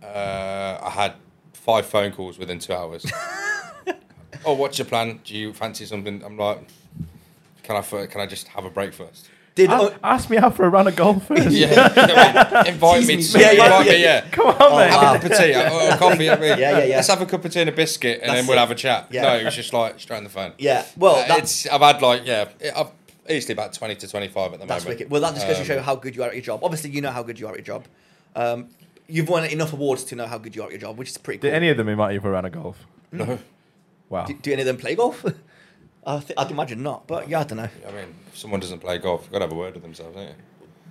Speaker 3: Uh, I had five phone calls within two hours. oh, what's your plan? Do you fancy something? I'm like, can I fir- can I just have a break first?
Speaker 1: Did
Speaker 2: A- ask me out for a round of golf first.
Speaker 3: Yeah, I mean, invite me.
Speaker 1: Tease
Speaker 3: To,
Speaker 1: me. Yeah, yeah,
Speaker 3: invite me.
Speaker 1: yeah.
Speaker 3: Yeah,
Speaker 2: Come on, mate.
Speaker 1: wow.
Speaker 3: have a cup of tea or, or coffee. I mean,
Speaker 1: Yeah, yeah, yeah.
Speaker 3: Let's have a cup of tea and a biscuit, and
Speaker 1: That's
Speaker 3: then we'll
Speaker 1: it.
Speaker 3: have a chat.
Speaker 1: Yeah.
Speaker 3: No, it was just like straight on the phone.
Speaker 1: yeah. Well,
Speaker 3: Uh,
Speaker 1: that's
Speaker 3: it's I've had like yeah, it, I've easily about twenty to twenty five at the
Speaker 1: That's
Speaker 3: moment.
Speaker 1: wicked. Well, that just goes to
Speaker 3: Um,
Speaker 1: show how good you are at your job. Obviously, you know how good you are at your job. Um, you've won enough awards to know how good you are at your job, which is pretty cool.
Speaker 2: Did any of them invite you for a round of golf?
Speaker 3: No,
Speaker 2: Wow.
Speaker 1: do, do any of them play golf? I th- I'd imagine not, but yeah, I don't know.
Speaker 3: I mean, if someone doesn't play golf, you've got to have a word with themselves, don't you?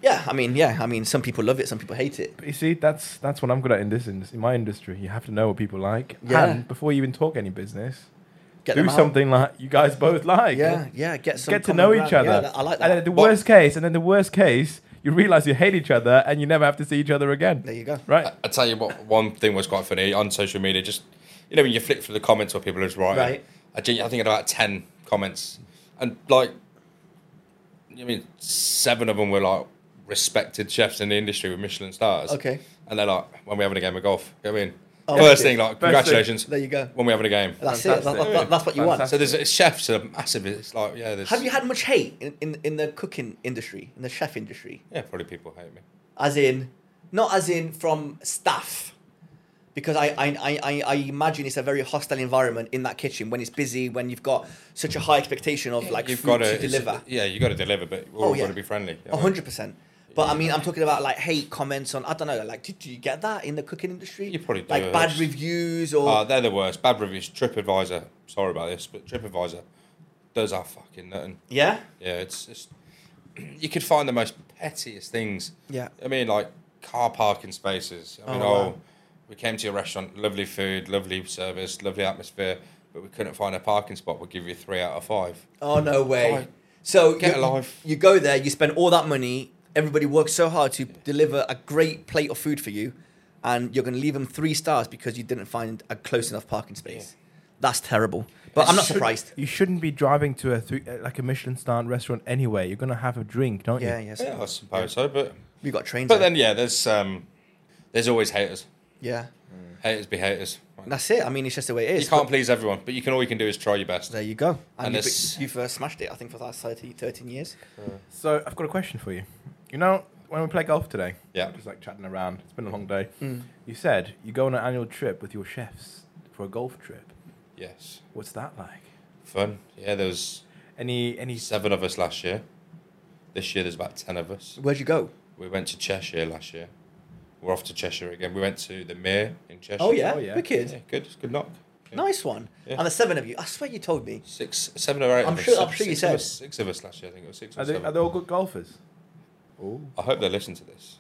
Speaker 1: Yeah, I mean, yeah, I mean, some people love it, some people hate it.
Speaker 2: But you see, that's that's what I'm good at in this industry, in my industry. You have to know what people like,
Speaker 1: Yeah.
Speaker 2: and before you even talk any business,
Speaker 1: Get
Speaker 2: do
Speaker 1: them out.
Speaker 2: something like you guys both like.
Speaker 1: Yeah, yeah, get some.
Speaker 2: get to
Speaker 1: common
Speaker 2: know
Speaker 1: ground.
Speaker 2: each other.
Speaker 1: Yeah, that- I like that.
Speaker 2: And then the
Speaker 3: But-
Speaker 2: worst case, and then the worst case, you realize you hate each other, and you never have to see each other again.
Speaker 1: There you go.
Speaker 2: Right.
Speaker 3: I, I tell you what, one thing was quite funny on social media. Just you know, when you flip through the comments where people are just writing,
Speaker 1: Right.
Speaker 3: I, gen- I think I had about ten comments, and like, I mean, seven of them were like respected chefs in the industry with Michelin stars.
Speaker 1: Okay.
Speaker 3: and they're like, when we having a game of golf, you know what I mean,
Speaker 1: Oh, wicked.
Speaker 3: first thing like,
Speaker 2: First thing.
Speaker 3: congratulations.
Speaker 1: There you go.
Speaker 3: When we having a game.
Speaker 1: That's it. That,
Speaker 2: Fantastic.
Speaker 1: that- that- that's what you want.
Speaker 2: Fantastic.
Speaker 3: So there's it's chefs are massive. It's like yeah, there's
Speaker 1: Have you had much hate in, in, in the cooking industry, in the chef industry?
Speaker 3: yeah, probably people hate me.
Speaker 1: as in not as in from staff because I, I, I, I- I imagine it's a very hostile environment in that kitchen when it's busy when you've got such a high expectation of like
Speaker 3: You've
Speaker 1: food
Speaker 3: got to
Speaker 1: to deliver
Speaker 3: Yeah, you got to deliver, but we're
Speaker 1: Oh,
Speaker 3: all
Speaker 1: yeah.
Speaker 3: got to be friendly.
Speaker 1: A 100% but I mean, I'm talking about like hate comments on I don't know, like do, do you get that in the cooking industry?
Speaker 3: You probably do,
Speaker 1: like bad
Speaker 3: yes.
Speaker 1: reviews or
Speaker 3: Uh, they're the worst. Bad reviews. TripAdvisor. Sorry about this, but TripAdvisor does our fucking nothing.
Speaker 1: yeah,
Speaker 3: Yeah, it's just you could find the most pettiest things.
Speaker 1: Yeah.
Speaker 3: I mean, like car parking spaces. I mean,
Speaker 1: Oh,
Speaker 3: oh,
Speaker 1: wow.
Speaker 3: we came to your restaurant, lovely food, lovely service, lovely atmosphere, but we couldn't find a parking spot. We'll give you three out of five.
Speaker 1: oh no way.
Speaker 3: Right.
Speaker 1: So
Speaker 3: Get
Speaker 1: you,
Speaker 3: a life.
Speaker 1: you go there, you spend all that money, Everybody works so hard to deliver a great plate of food for you, and you're going to leave them three stars because you didn't find a close enough parking space. That's terrible. But I'm not
Speaker 2: Should-
Speaker 1: surprised.
Speaker 2: You shouldn't be driving to a three, uh, like a Michelin star anyway. anyway. You're gonna have a drink, don't
Speaker 1: Yeah,
Speaker 2: you?
Speaker 1: yes.
Speaker 3: Yeah, I suppose so. But
Speaker 1: We got trains.
Speaker 3: but
Speaker 1: there.
Speaker 3: then yeah, there's um, there's always haters.
Speaker 1: yeah,
Speaker 3: Haters be haters.
Speaker 1: And Mm. that's it. I mean, it's just the way it is.
Speaker 3: You can't please everyone, but you can all you can do is try your best.
Speaker 1: There you go. And,
Speaker 3: And
Speaker 1: you've,
Speaker 3: it's-
Speaker 1: you've uh, smashed it, I think, for the last 30, 13 years.
Speaker 2: So I've got a question for you. You know, when we play golf today,
Speaker 3: Yeah.
Speaker 2: we're just like chatting around. It's been a long day.
Speaker 1: Mm.
Speaker 2: You said you go on an annual trip with your chefs for a golf trip.
Speaker 3: Yes,
Speaker 2: What's that like?
Speaker 3: fun. Yeah, there was
Speaker 2: Any any
Speaker 3: seven of us last year. This year there's about ten of us.
Speaker 1: Where'd you go?
Speaker 3: We went to Cheshire last year. We're off to Cheshire again. We went to the Mere in Cheshire.
Speaker 1: Oh, yeah.
Speaker 2: Oh, yeah.
Speaker 1: Wicked.
Speaker 3: yeah good, good knock. Yeah.
Speaker 1: Nice one.
Speaker 3: Yeah.
Speaker 1: And the seven of you. I swear you told me.
Speaker 3: Six, seven or eight.
Speaker 1: I'm
Speaker 3: of us.
Speaker 1: sure- I'm
Speaker 3: Six-
Speaker 1: sure you
Speaker 3: six of
Speaker 1: said.
Speaker 3: us- six of us last year. I think it was six or
Speaker 2: are they,
Speaker 3: seven.
Speaker 2: are they all good golfers? Oh,
Speaker 3: I hope they listen to this.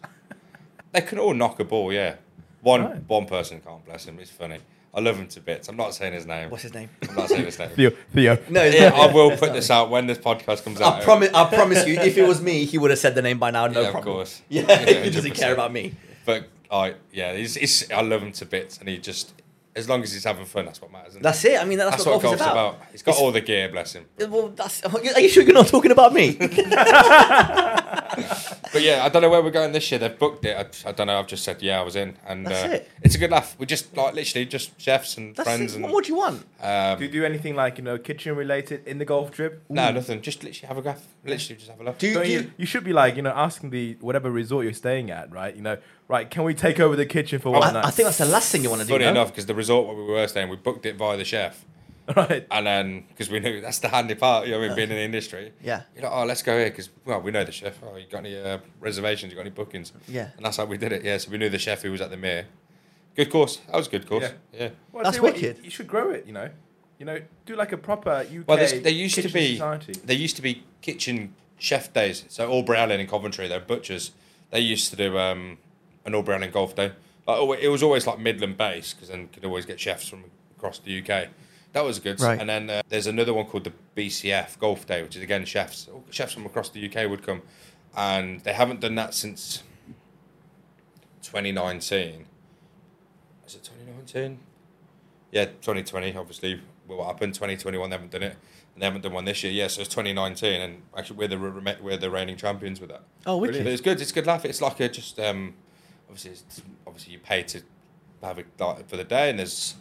Speaker 3: they can all knock a ball, yeah. One
Speaker 2: Right.
Speaker 3: one person can't bless him. It's funny. I love him to bits. I'm not saying his name.
Speaker 1: What's his name?
Speaker 3: I'm not saying his name.
Speaker 2: Theo, Theo.
Speaker 1: No, it's
Speaker 3: yeah,
Speaker 1: not-
Speaker 3: I will
Speaker 1: it's
Speaker 3: put
Speaker 1: not
Speaker 3: this
Speaker 1: me.
Speaker 3: out when this podcast comes out.
Speaker 1: I promise. I promise you, if it was me, he would have said the name by now. No
Speaker 3: Yeah, of
Speaker 1: problem.
Speaker 3: course.
Speaker 1: Yeah,
Speaker 3: Yeah,
Speaker 1: he doesn't
Speaker 3: 100%.
Speaker 1: care about me.
Speaker 3: But I yeah, he's, he's, I love him to bits, and he just as long as he's having fun, that's what matters. isn't it?
Speaker 1: That's it. I mean, that's,
Speaker 3: That's
Speaker 1: what,
Speaker 3: what
Speaker 1: golf
Speaker 3: golf's
Speaker 1: is about.
Speaker 3: about. He's got
Speaker 1: It's-
Speaker 3: all the gear, bless him.
Speaker 1: Well, that's. Are you sure you're not talking about me?
Speaker 3: But yeah, I don't know where we're going this year. They've booked it. I, I don't know. I've just said yeah, I was in, and
Speaker 1: That's
Speaker 3: uh,
Speaker 1: it.
Speaker 3: it's a good laugh. We just like literally just chefs and
Speaker 1: That's
Speaker 3: friends
Speaker 1: it.
Speaker 3: and
Speaker 1: What more do you want?
Speaker 3: um,
Speaker 2: Do you do anything like you know kitchen related in the golf trip?
Speaker 3: no nothing. Just literally have a laugh. Literally just have a laugh.
Speaker 1: Do you,
Speaker 2: Don't
Speaker 1: do
Speaker 2: you,
Speaker 1: you,
Speaker 2: you should be like you know asking the whatever resort you're staying at, right? You know, right? Can we take over the kitchen for one night?
Speaker 1: I, I think that's the last thing you want to do.
Speaker 3: Funny
Speaker 1: no?
Speaker 3: enough, because the resort where we were staying, we booked it via the chef,
Speaker 2: right.
Speaker 3: and then because we knew that's the handy part, you know, what I mean, being in the industry.
Speaker 1: Yeah.
Speaker 3: You're like, oh, let's go here because well, we know the chef. Oh, you got any uh, reservations? You got any bookings?
Speaker 1: Yeah.
Speaker 3: And that's how we did it. Yeah. So we knew the chef who was at the mere. Good course. That was a good course.
Speaker 2: Yeah.
Speaker 3: Yeah.
Speaker 2: Well,
Speaker 1: That's
Speaker 2: tell you what, you-
Speaker 1: wicked.
Speaker 2: you, should grow it, you know. You know, do like a proper UK.
Speaker 3: Well, there's, there used to
Speaker 2: kitchen
Speaker 3: be
Speaker 2: society.
Speaker 3: there used to be kitchen chef days. So Albury Allen in Coventry, they're butchers. They used to do um, an Albury Allen golf day. Like, alwa- it was always like Midland based because then could always get chefs from across the UK. That was good.
Speaker 1: Right.
Speaker 3: And then uh, there's another one called the BCF Golf Day, which is again chefs. Chefs from across the UK would come, and they haven't done that since 2019. Is it 2019? Yeah, 2020, obviously, well, what happened? 2021, they haven't done it. And they haven't done one this year. Yeah, so it's 2019, and actually, we're the, re- we're the reigning champions with that.
Speaker 1: Oh, wicked.
Speaker 3: But it's good. It's a good laugh. It's like a just, um, obviously, it's, obviously you pay to have a like, for the day, and there's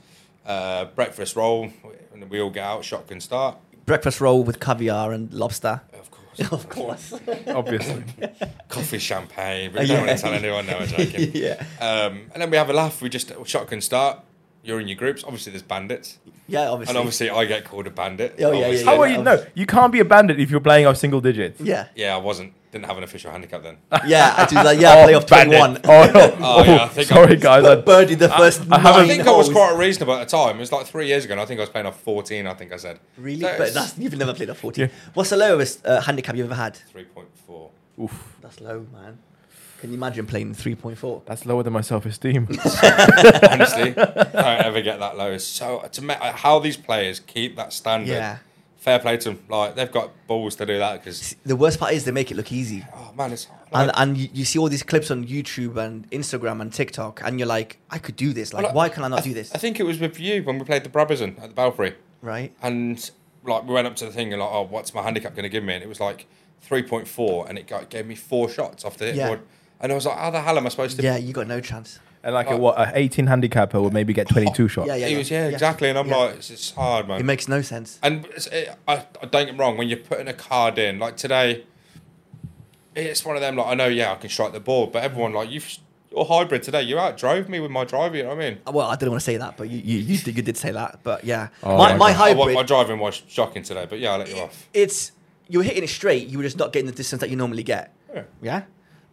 Speaker 3: uh, breakfast roll, and we all get out, shotgun start.
Speaker 1: Breakfast roll with caviar and lobster.
Speaker 3: Of course.
Speaker 1: of course.
Speaker 2: Obviously.
Speaker 3: Coffee, champagne.
Speaker 1: Uh,
Speaker 3: We don't
Speaker 1: yeah.
Speaker 3: want to tell anyone, no, I'm joking.
Speaker 1: yeah.
Speaker 3: Um, and then we have a laugh. We just shotgun start. You're in your groups. Obviously, there's bandits,
Speaker 1: Yeah. Obviously.
Speaker 3: and obviously, I get called a bandit.
Speaker 1: Oh, yeah, yeah,
Speaker 3: Obviously.
Speaker 2: How are
Speaker 1: yeah,
Speaker 2: you?
Speaker 1: I was-
Speaker 2: No, you can't be a bandit if you're playing off single digits.
Speaker 1: Yeah.
Speaker 3: Yeah, I wasn't. Didn't have an official handicap then.
Speaker 1: Yeah. I do that. Yeah. I play off twenty-one.
Speaker 2: bandit. Oh, no.
Speaker 3: Oh, yeah, I
Speaker 2: Oh,
Speaker 3: think
Speaker 2: sorry,
Speaker 3: I'm-
Speaker 2: guys. I,
Speaker 1: Birdie the first.
Speaker 2: I haven't-
Speaker 3: I
Speaker 1: nine
Speaker 3: think I was
Speaker 1: holes.
Speaker 3: quite reasonable at the time. It was like three years ago, and I think I was playing off 14, I think I said.
Speaker 1: Really?
Speaker 3: So
Speaker 1: but
Speaker 3: it's
Speaker 1: that's, you've never played at 40.
Speaker 2: Yeah.
Speaker 1: What's the lowest uh, handicap you've ever had?
Speaker 3: 3.4.
Speaker 2: oof,
Speaker 1: That's low, man. Can you imagine playing 3.4?
Speaker 2: that's lower than my self-esteem.
Speaker 3: Honestly, don't ever get that low. It's So, to me, how these players keep that standard,
Speaker 1: Yeah.
Speaker 3: fair play to them. Like, they've got balls to do that because,
Speaker 1: The worst part is they make it look easy.
Speaker 3: oh, man, it's hard.
Speaker 1: And, and you, you see all these clips on YouTube and Instagram and TikTok, and you're like, I could do this. Like,
Speaker 3: Well,
Speaker 1: why can I not do
Speaker 3: I
Speaker 1: this?
Speaker 3: think it was with you when we played the Brabazon at the Belfry.
Speaker 1: Right?
Speaker 3: And like we went up to the thing and like, oh, what's my handicap going to give me? And it was like three point four, and it got, gave me four shots off the hit
Speaker 1: Yeah.
Speaker 3: board. And I was like, how the hell am I supposed to?
Speaker 1: Yeah, you got no chance.
Speaker 2: and like a what, a 18 handicapper would maybe get 22 shots.
Speaker 1: Yeah, yeah.
Speaker 3: It was yeah,
Speaker 1: yeah.
Speaker 3: exactly. And I'm
Speaker 1: Yeah.
Speaker 3: like, it's, it's hard, man.
Speaker 1: It makes no sense.
Speaker 3: and it's, it, I, I don't get me wrong when you're putting a card in like today. It's one of them like I know yeah I can strike the ball, but everyone like you've you're hybrid today. You outdrove me with my driver. You know what I mean?
Speaker 1: Well, I didn't want to say that, but you, you, you, did, you did say that. But yeah.
Speaker 2: Oh,
Speaker 1: my, my
Speaker 2: okay.
Speaker 3: I, wa- my
Speaker 1: hybrid,
Speaker 3: driving was shocking today, but yeah, I'll let you off.
Speaker 1: it's you were hitting it straight, you were just not getting the distance that you normally get.
Speaker 3: Yeah.
Speaker 1: Yeah?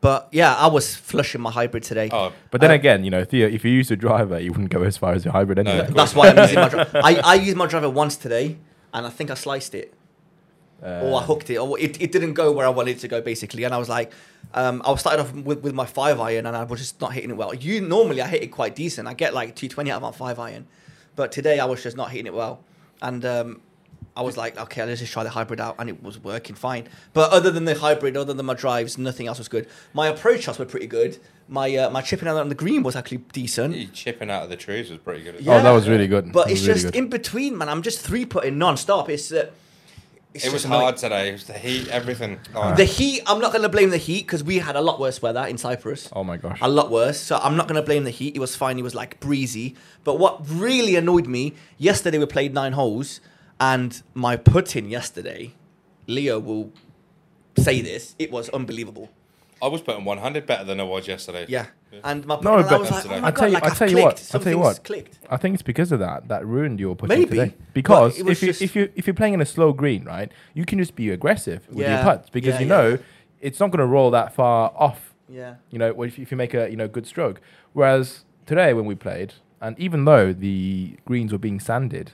Speaker 1: But yeah, I was flushing my hybrid today.
Speaker 3: Oh,
Speaker 2: But then
Speaker 1: Uh,
Speaker 2: again, you know, Theo, if you used a driver, you wouldn't go as far as your hybrid anyway.
Speaker 3: of
Speaker 1: That's why I'm using my driver. I, I used my driver once today, and I think I sliced it,
Speaker 2: Uh,
Speaker 1: or Oh, I hooked it, or it, it didn't go where I wanted it to go, basically. And I was like, um, I was started off with, with my five iron, and I was just not hitting it well. You normally I hit it quite decent. I get like 220 out of my five iron, but today I was just not hitting it well, and um, I was like, okay, let's just try the hybrid out, and it was working fine. But other than the hybrid, other than my drives, nothing else was good. My approach shots were pretty good. My uh, my chipping out on the green was actually decent.
Speaker 3: You chipping out of the trees was pretty good. as
Speaker 1: Yeah.
Speaker 2: Oh, that was really good.
Speaker 1: But
Speaker 2: That
Speaker 1: it's
Speaker 2: was really
Speaker 1: just
Speaker 2: good.
Speaker 1: in between, man. I'm just three putting non-stop. It's, uh, it's
Speaker 3: It was
Speaker 1: just annoying.
Speaker 3: hard today. It was the heat, everything. Oh,
Speaker 1: The heat. I'm not gonna blame the heat because we had a lot worse weather in Cyprus.
Speaker 2: Oh my gosh.
Speaker 1: a lot worse. So I'm not going to blame the heat. It was fine. It was like breezy. But what really annoyed me yesterday, we played nine holes, and my putting yesterday, Leo will say this. It was unbelievable.
Speaker 3: I was putting 100 better than I was yesterday.
Speaker 1: Yeah. And my
Speaker 2: No,
Speaker 1: and I
Speaker 2: but
Speaker 1: was like, oh my
Speaker 2: I
Speaker 1: God,
Speaker 2: tell you,
Speaker 1: like,
Speaker 2: I
Speaker 1: I've
Speaker 2: tell you
Speaker 1: clicked.
Speaker 2: what, I tell you
Speaker 1: Something's
Speaker 2: what,
Speaker 1: clicked.
Speaker 2: I think it's because of that that ruined your pushing
Speaker 1: Maybe,
Speaker 2: today.
Speaker 1: but
Speaker 2: Because
Speaker 1: it was
Speaker 2: if you
Speaker 1: just-
Speaker 2: if you if you're playing in a slow green, right, you can just be aggressive with
Speaker 1: Yeah,
Speaker 2: your putts because
Speaker 1: yeah,
Speaker 2: you
Speaker 1: yeah.
Speaker 2: know it's not going to roll that far off.
Speaker 1: Yeah.
Speaker 2: You know, if, if you make a you know good stroke. Whereas today when we played, and even though the greens were being sanded,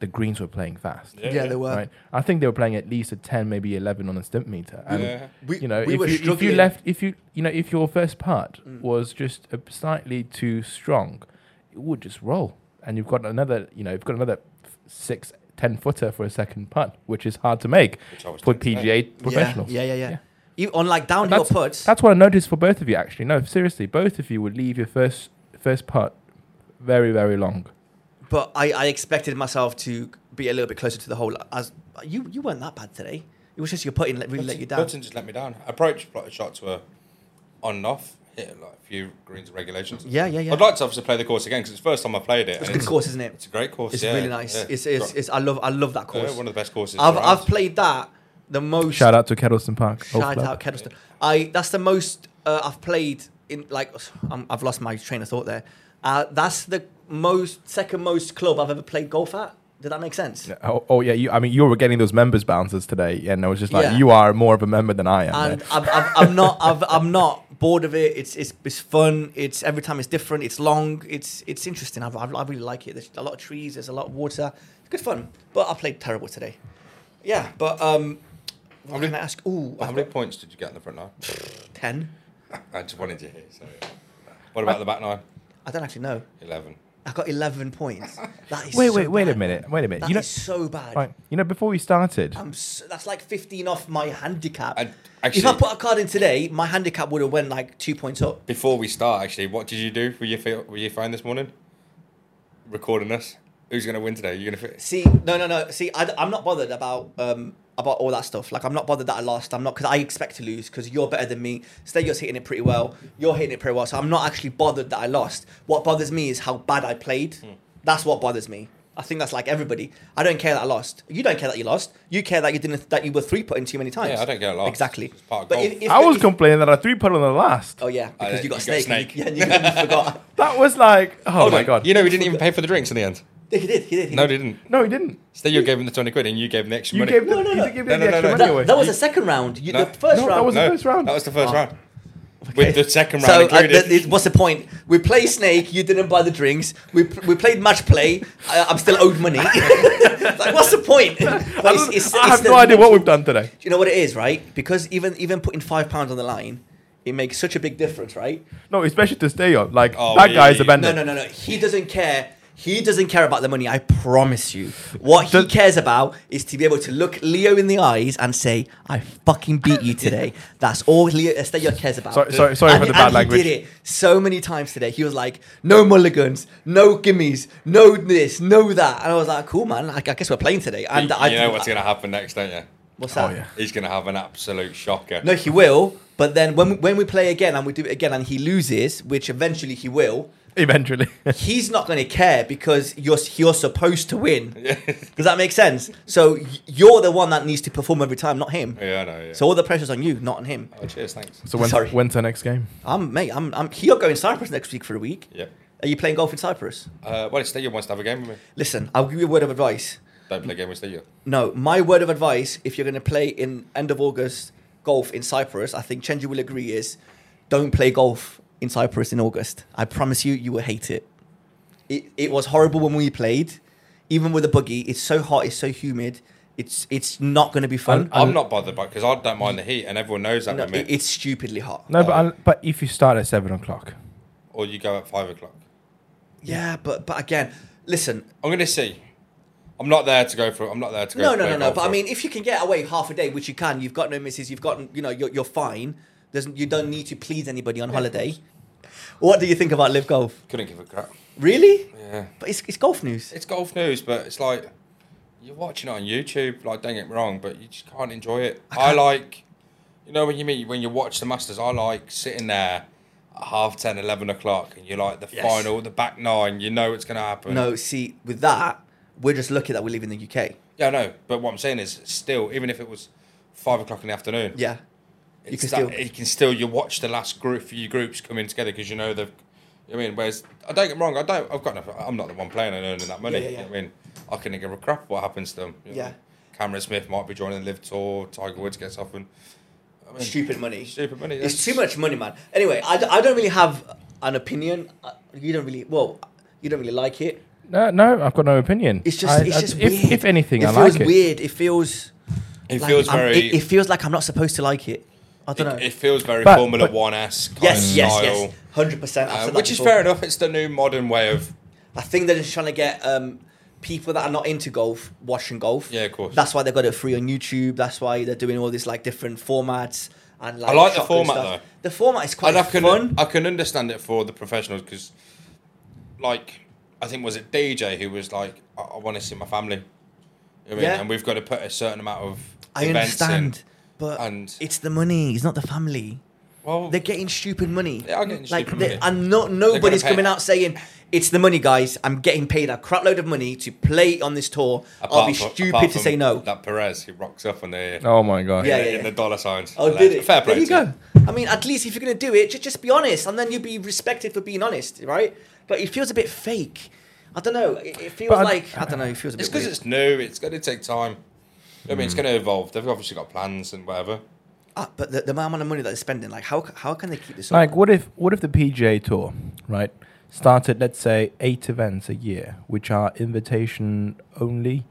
Speaker 2: the greens were playing fast.
Speaker 3: Yeah,
Speaker 1: Yeah, they were.
Speaker 2: Right, I think they were playing at least a ten, maybe eleven on a stimp meter, and
Speaker 3: Yeah.
Speaker 1: We-
Speaker 2: you know
Speaker 1: we
Speaker 2: if,
Speaker 1: were
Speaker 2: you, if you
Speaker 1: struggling. Mm.
Speaker 2: left, if you you know if your first putt was just a, slightly too strong, it would just roll, and you've got another you know you've got another f- six ten footer for a second putt, which is hard to make
Speaker 3: Which I was
Speaker 2: for
Speaker 3: doing
Speaker 2: PGA
Speaker 3: today.
Speaker 2: professionals.
Speaker 1: Yeah, yeah, yeah. yeah.
Speaker 2: Yeah.
Speaker 1: You, on like downhill
Speaker 2: That's-
Speaker 1: puts.
Speaker 2: That's what I noticed for both of you actually. No, seriously, both of you would leave your first first putt very very long.
Speaker 1: But I, I expected myself to be a little bit closer to the hole. As you, you weren't that bad today. It was just your putting that really let you down.
Speaker 3: Button just let me down. Approach plot shots were on and off. Hit like a few greens regulations.
Speaker 1: Yeah, yeah, yeah.
Speaker 3: I'd like to obviously play the course again because it's the first time I played it.
Speaker 1: It's a
Speaker 3: and
Speaker 1: good course, isn't it?
Speaker 3: It's a great course.
Speaker 1: It's
Speaker 3: yeah,
Speaker 1: really nice.
Speaker 3: yeah.
Speaker 1: It's, it's, it's, I love I love that
Speaker 3: Yeah,
Speaker 1: course.
Speaker 3: one of the best courses.
Speaker 1: I've,
Speaker 3: around.
Speaker 1: I've played that the most.
Speaker 2: Shout out Oh, to Kettleston Park. Golf
Speaker 1: Shout
Speaker 2: Club.
Speaker 1: out Kedleston. I that's the most uh, I've played in like I'm, I've lost my train of thought there. Uh, that's the most second most club I've ever played golf at. Did that make sense?
Speaker 2: Yeah, Oh, oh yeah, you, I mean you were getting those members bounces today, and I was just like,
Speaker 1: Yeah.
Speaker 2: you are more of a member than I am.
Speaker 1: And
Speaker 2: mate.
Speaker 1: I'm, I'm, I'm not I've, I'm not bored of it. It's, it's it's fun. It's every time it's different. It's long. It's it's interesting. I've, I've, I really like it. There's a lot of trees. There's a lot of water. Good fun. But I played terrible today. Yeah, but um, what
Speaker 3: How
Speaker 1: can
Speaker 3: many-
Speaker 1: I ask? Ooh,
Speaker 3: How
Speaker 1: I've
Speaker 3: many
Speaker 1: got
Speaker 3: points did you get in the front nine?
Speaker 1: ten.
Speaker 3: I just wanted you here. So. What about the back nine?
Speaker 1: I don't actually know.
Speaker 3: 11.
Speaker 1: I got 11 points. That is
Speaker 2: wait,
Speaker 1: so
Speaker 2: wait, wait a
Speaker 1: bad.
Speaker 2: minute, wait a minute.
Speaker 1: That
Speaker 2: you know,
Speaker 1: is so bad. Um,
Speaker 2: right, you know, before we started,
Speaker 1: I'm so, that's like 15 off my handicap.
Speaker 3: And actually-
Speaker 1: if I put a card in today, my handicap would have went like two points up.
Speaker 3: Before we start, actually, what did you do? Were you fi- were you fine this morning? Recording us. Who's gonna win today? You gonna fit?
Speaker 1: See, no, no, no. See, I, am not bothered about um about all that stuff. Like, I'm not bothered that I lost. I'm not because I expect to lose because you're better than me. Stelios hitting it pretty well. You're hitting it pretty well. So I'm not actually bothered that I lost. What bothers me is how bad I played.
Speaker 3: Hmm.
Speaker 1: That's what bothers me. I think that's like everybody. I don't care that I lost. You don't care that you lost. You care that you didn't that you were three putting too many times.
Speaker 3: Yeah, I don't care I lost.
Speaker 1: Exactly.
Speaker 3: It's part of
Speaker 1: But
Speaker 3: golf.
Speaker 1: if, if,
Speaker 2: I was
Speaker 1: if-
Speaker 2: complaining that I three put on the last.
Speaker 1: Oh yeah,
Speaker 3: I
Speaker 1: because
Speaker 3: don't-
Speaker 1: you got
Speaker 3: you got
Speaker 1: snake. and you-
Speaker 3: snake.
Speaker 1: Yeah, and you, you forgot.
Speaker 2: That was like, oh
Speaker 3: Hold
Speaker 2: my
Speaker 3: on,
Speaker 2: god.
Speaker 3: You know he didn't even pay for the drinks in the end.
Speaker 1: He did. He did. He
Speaker 3: No,
Speaker 1: did.
Speaker 3: he didn't.
Speaker 2: no, he didn't.
Speaker 3: Still, you gave him the twenty quid, and you gave him the extra
Speaker 2: You
Speaker 3: money.
Speaker 2: gave them,
Speaker 1: No, no,
Speaker 2: you
Speaker 1: no.
Speaker 2: did give
Speaker 3: No,
Speaker 2: them
Speaker 3: no,
Speaker 2: the
Speaker 3: no,
Speaker 2: extra
Speaker 3: no.
Speaker 2: money
Speaker 1: That,
Speaker 2: away.
Speaker 1: that was the second round. You,
Speaker 3: No.
Speaker 1: The first
Speaker 2: No, that
Speaker 1: round.
Speaker 2: was the first round.
Speaker 3: That was the first
Speaker 1: Oh.
Speaker 3: round. With the second round
Speaker 1: So uh,
Speaker 3: included.
Speaker 1: th- th- what's the point? We play Snake. You didn't buy the drinks. We p- we played match play. I, I'm still owed money. like what's the point? But
Speaker 2: I,
Speaker 1: it's-
Speaker 2: don't-
Speaker 1: it's-
Speaker 2: I
Speaker 1: it's
Speaker 2: have
Speaker 1: the-
Speaker 2: no idea what we've done today.
Speaker 1: Do you know what it is, right? Because even even putting five pounds on the line, it makes such a big difference, right?
Speaker 2: No, especially to stay on. Like
Speaker 3: Oh,
Speaker 2: that
Speaker 3: yeah,
Speaker 2: guy's
Speaker 3: yeah,
Speaker 2: a
Speaker 3: yeah.
Speaker 2: bandit.
Speaker 1: No, no, no, no. He doesn't care. He doesn't care about the money. I promise you. What he
Speaker 2: Does-
Speaker 1: cares about is to be able to look Leo in the eyes and say, "I fucking beat you today." That's all Leo Estella cares about.
Speaker 2: Sorry- sorry- sorry
Speaker 1: And-
Speaker 2: for the bad
Speaker 1: and He
Speaker 2: language.
Speaker 1: did it so many times today. He was like, "No mulligans, no gimmies, no this, no that," and I was like, "Cool, man. I, I guess we're playing today."
Speaker 3: You,
Speaker 1: And I
Speaker 3: you know what's gonna happen next, don't you?
Speaker 1: What's
Speaker 2: Oh,
Speaker 1: that?
Speaker 2: yeah.
Speaker 3: He's gonna have an absolute shocker.
Speaker 1: No, he will. But then when when we play again and we do it again and he loses, which eventually he will,
Speaker 2: Eventually.
Speaker 1: he's not going to care because you're you're supposed to win. Does that make sense? So y- you're the one that needs to perform every time, not him.
Speaker 3: Yeah, I know. Yeah.
Speaker 1: So all the pressure's on you, not on him.
Speaker 3: oh, cheers, thanks.
Speaker 2: so when's,
Speaker 1: Sorry.
Speaker 2: when's our next game?
Speaker 1: I'm mate. I'm. I'm. He'll go in Cyprus next week for a week.
Speaker 3: Yep.
Speaker 1: Are you playing golf in Cyprus?
Speaker 3: Uh, well, it's Stadium wants to have a game with me.
Speaker 1: Listen, I'll give you a word of advice.
Speaker 3: Don't play a game with Stadium.
Speaker 1: No, my word of advice, if you're going to play in end of August golf in Cyprus, I think Chenji will agree is don't play golf in Cyprus in August. I promise you, you will hate it. It, it was horrible when we played, even with a buggy. It's so hot, it's so humid. It's it's not going to be fun.
Speaker 2: I'll-
Speaker 3: I'm not bothered by because I don't mind the heat, and everyone knows that
Speaker 1: No,
Speaker 3: with me.
Speaker 1: it- it's stupidly hot.
Speaker 2: No, but
Speaker 3: Oh.
Speaker 2: I'll- but if you start at seven o'clock,
Speaker 3: or you go at five o'clock.
Speaker 1: Yeah, but but again, listen,
Speaker 3: I'm gonna see. I'm not there to go for. I'm not there to go.
Speaker 1: No,
Speaker 3: for
Speaker 1: no,
Speaker 3: play
Speaker 1: no, no.
Speaker 3: golf
Speaker 1: But I
Speaker 3: for-
Speaker 1: mean, if you can get away half a day, which you can, you've got no misses, you've got, you know, you're, you're fine. There's, you don't need to please anybody on holiday. What do you think about live golf?
Speaker 3: couldn't give a crap.
Speaker 1: Really?
Speaker 3: Yeah,
Speaker 1: But it's, it's golf news.
Speaker 3: it's golf news, but it's like you're watching it on YouTube. Like, don't get me wrong, but you just can't enjoy it. I, like, you know, when you meet when you watch the Masters, I like sitting there at half 10, 11 o'clock, and you're like the
Speaker 1: Yes.
Speaker 3: final, the back nine. You know it's gonna happen.
Speaker 1: No, see, with that, we're just lucky that we live in the UK.
Speaker 3: yeah, no. But what I'm saying is, still, even if it was five o'clock in the afternoon,
Speaker 1: Yeah.
Speaker 3: it's
Speaker 1: You can
Speaker 3: that-
Speaker 1: still.
Speaker 3: you can still you watch the last group few groups coming together because you know they've. you know what I mean, whereas I don't get me wrong, I don't. I've got. No, I'm not the one playing and earning that money.
Speaker 1: Yeah, yeah,
Speaker 3: you know
Speaker 1: yeah.
Speaker 3: what I mean, I couldn't give a crap what happens to them. you know what I
Speaker 1: Yeah.
Speaker 3: mean? Cameron Smith might be joining the Live Tour. Tiger Woods gets off and. I mean,
Speaker 1: Stupid money.
Speaker 3: Stupid money.
Speaker 1: It's
Speaker 3: that's-
Speaker 1: too much money, man. Anyway, I, d- I don't really have an opinion. Uh, You don't really, well, you don't really like it.
Speaker 2: No, no, I've got no opinion.
Speaker 1: It's just,
Speaker 2: I-
Speaker 1: it's
Speaker 2: I-
Speaker 1: just
Speaker 2: if,
Speaker 1: weird.
Speaker 2: if anything,
Speaker 1: it
Speaker 2: I
Speaker 1: feels
Speaker 2: like it.
Speaker 1: weird. It feels.
Speaker 3: It
Speaker 1: like
Speaker 3: feels
Speaker 1: I'm-
Speaker 3: very.
Speaker 1: It, it feels like I'm not supposed to like it. I
Speaker 3: it,
Speaker 1: don't know.
Speaker 3: it feels very
Speaker 2: But-
Speaker 3: Formula
Speaker 2: but-
Speaker 3: One esque.
Speaker 1: yes,
Speaker 3: of
Speaker 1: yes,
Speaker 3: style,
Speaker 1: yes. Hundred percent.
Speaker 3: uh, which is fair enough. It's the new modern way of.
Speaker 1: I think they're just trying to get um, people that are not into golf watching golf.
Speaker 3: Yeah, of course.
Speaker 1: That's why they got it free on YouTube. That's why they're doing all these like different formats and like.
Speaker 3: I like the
Speaker 1: shotgun
Speaker 3: format,
Speaker 1: stuff.
Speaker 3: though.
Speaker 1: The format is quite
Speaker 3: and I can
Speaker 1: fun.
Speaker 3: I can understand it for the professionals because, like, I think was it DJ who was like, I, I want to see my family. You know what I mean,
Speaker 1: Yeah.
Speaker 3: and we've got to put a certain amount of.
Speaker 1: I
Speaker 3: events in.
Speaker 1: understand, but
Speaker 3: and-
Speaker 1: it's the money. It's not the family.
Speaker 3: Well,
Speaker 1: They're getting stupid money.
Speaker 3: They are getting
Speaker 1: like,
Speaker 3: stupid
Speaker 1: they-
Speaker 3: money.
Speaker 1: And no, nobody's
Speaker 3: pay-
Speaker 1: coming out saying, it's the money, guys. I'm getting paid a crapload of money to play on this tour. I'll be
Speaker 3: apart from- apart
Speaker 1: stupid to
Speaker 3: from
Speaker 1: say no.
Speaker 3: That Perez who rocks up on the
Speaker 2: Oh my god.
Speaker 1: Yeah,
Speaker 3: in
Speaker 1: yeah,
Speaker 3: the- in the dollar signs.
Speaker 1: Oh,
Speaker 3: Like,
Speaker 1: did it?
Speaker 3: Fair play.
Speaker 1: There you
Speaker 3: to
Speaker 1: go. I mean, at least if you're going to do it, just, just be honest, and then you'll be respected for being honest, right? But it feels a bit fake. I don't know. It, it feels
Speaker 2: But I-
Speaker 1: like I don't know. It feels a bit.
Speaker 3: It's because
Speaker 1: weird.
Speaker 3: it's new. It's going to take time. You know what I mean, it's
Speaker 1: Mm.
Speaker 3: going to evolve. They've obviously got plans and whatever.
Speaker 1: Ah, but the, the amount of money that they're spending, like how how can they keep this?
Speaker 2: Like,
Speaker 1: up?
Speaker 2: what if what if the PGA Tour, right, started let's say eight events a year, which are invitation only,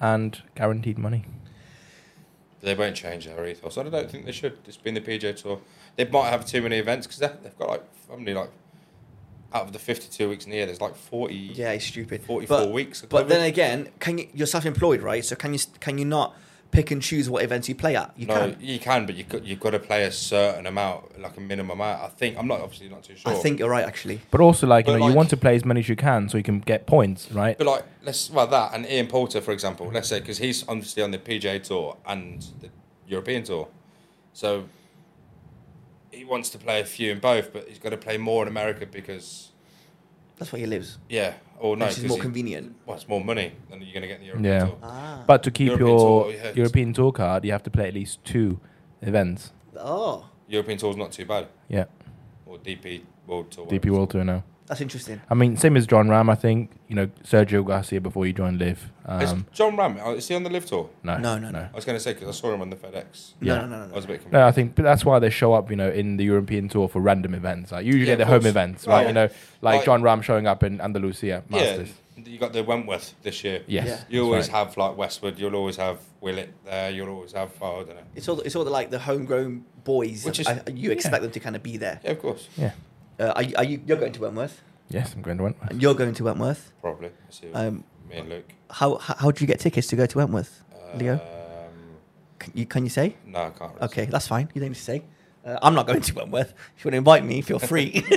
Speaker 2: and guaranteed money.
Speaker 3: They won't change their ethos. I don't think they should. It's been the PJ Tour. They might have too many events because they've got like how many like out of the fifty-two weeks in the year, there's like forty.
Speaker 1: Yeah, it's stupid.
Speaker 3: 44
Speaker 1: But-
Speaker 3: weeks of
Speaker 1: But then
Speaker 3: COVID.
Speaker 1: again, can you? You're self-employed, right? So can you can you not pick and choose what events you play at? You
Speaker 3: no,
Speaker 1: can.
Speaker 3: you can, but you got you've got to play a certain amount, like a minimum amount. I think I'm not obviously not too sure.
Speaker 1: I think you're right, actually.
Speaker 2: But also, like you
Speaker 3: But
Speaker 2: know,
Speaker 3: like-
Speaker 2: you want to play as many as you can so you can get points, right?
Speaker 3: But like, let's well that and Ian Poulter, for example, let's say because he's obviously on the PJ Tour and the European Tour, so he wants to play a few in both, but he's got to play more in America because
Speaker 1: That's where he lives,
Speaker 3: yeah, or no,
Speaker 1: which is
Speaker 3: 'cause
Speaker 1: more
Speaker 3: he-
Speaker 1: convenient.
Speaker 3: Well, it's more money than you're going to get in the European
Speaker 2: Yeah.
Speaker 3: Tour.
Speaker 1: Ah.
Speaker 2: But to keep
Speaker 3: European
Speaker 2: your
Speaker 3: tour, yeah, it's-
Speaker 2: European tour card, you have to play at least two events.
Speaker 1: Oh,
Speaker 3: European Tour's not too bad.
Speaker 2: Yeah,
Speaker 3: Or DP World Tour.
Speaker 2: DP World Tour now.
Speaker 1: that's interesting.
Speaker 2: I mean, same as John Ram, I think. You know, Sergio Garcia before you joined Live.
Speaker 3: Is
Speaker 2: Um,
Speaker 3: John Ram, oh, is he on the Live Tour?
Speaker 2: no,
Speaker 1: No, no, no.
Speaker 3: I was going to say, because I saw him on the FedEx.
Speaker 1: No,
Speaker 2: Yeah.
Speaker 1: no, no, no,
Speaker 3: I
Speaker 1: no.
Speaker 3: was a bit confused.
Speaker 2: No, Uh, I think but that's why they show up, you know, in the European tour for random events. Like usually
Speaker 3: Yeah,
Speaker 2: at the
Speaker 3: of
Speaker 2: home
Speaker 3: course.
Speaker 2: events,
Speaker 3: Right.
Speaker 2: right? You know, like,
Speaker 3: Like-
Speaker 2: John Ram showing up in Andalusia
Speaker 3: yeah,
Speaker 2: Masters.
Speaker 3: you got the Wentworth this year.
Speaker 2: Yes.
Speaker 1: Yeah.
Speaker 3: You
Speaker 2: that's
Speaker 3: always
Speaker 2: right.
Speaker 3: have like Westwood, you'll always have Willett there, you'll always have, oh, I don't know.
Speaker 1: It's all it's all the, like the homegrown boys.
Speaker 3: Which is-
Speaker 1: I, you expect them to kind of be there.
Speaker 3: Yeah, of course.
Speaker 2: Yeah.
Speaker 1: Uh, are, you- are you? You're going to Wentworth,
Speaker 2: Yes, I'm going to Wentworth.
Speaker 1: and you're going to Wentworth.
Speaker 3: Probably. I see what
Speaker 1: Um,
Speaker 3: me and Luke.
Speaker 1: how, how how do you get tickets to go to Wentworth, Leo?
Speaker 3: Um,
Speaker 1: Can you can you say?
Speaker 3: no, I can't. really
Speaker 1: Okay, that's fine. You don't need to say. Uh, I'm not going to Wentworth. If you want to invite me, feel free.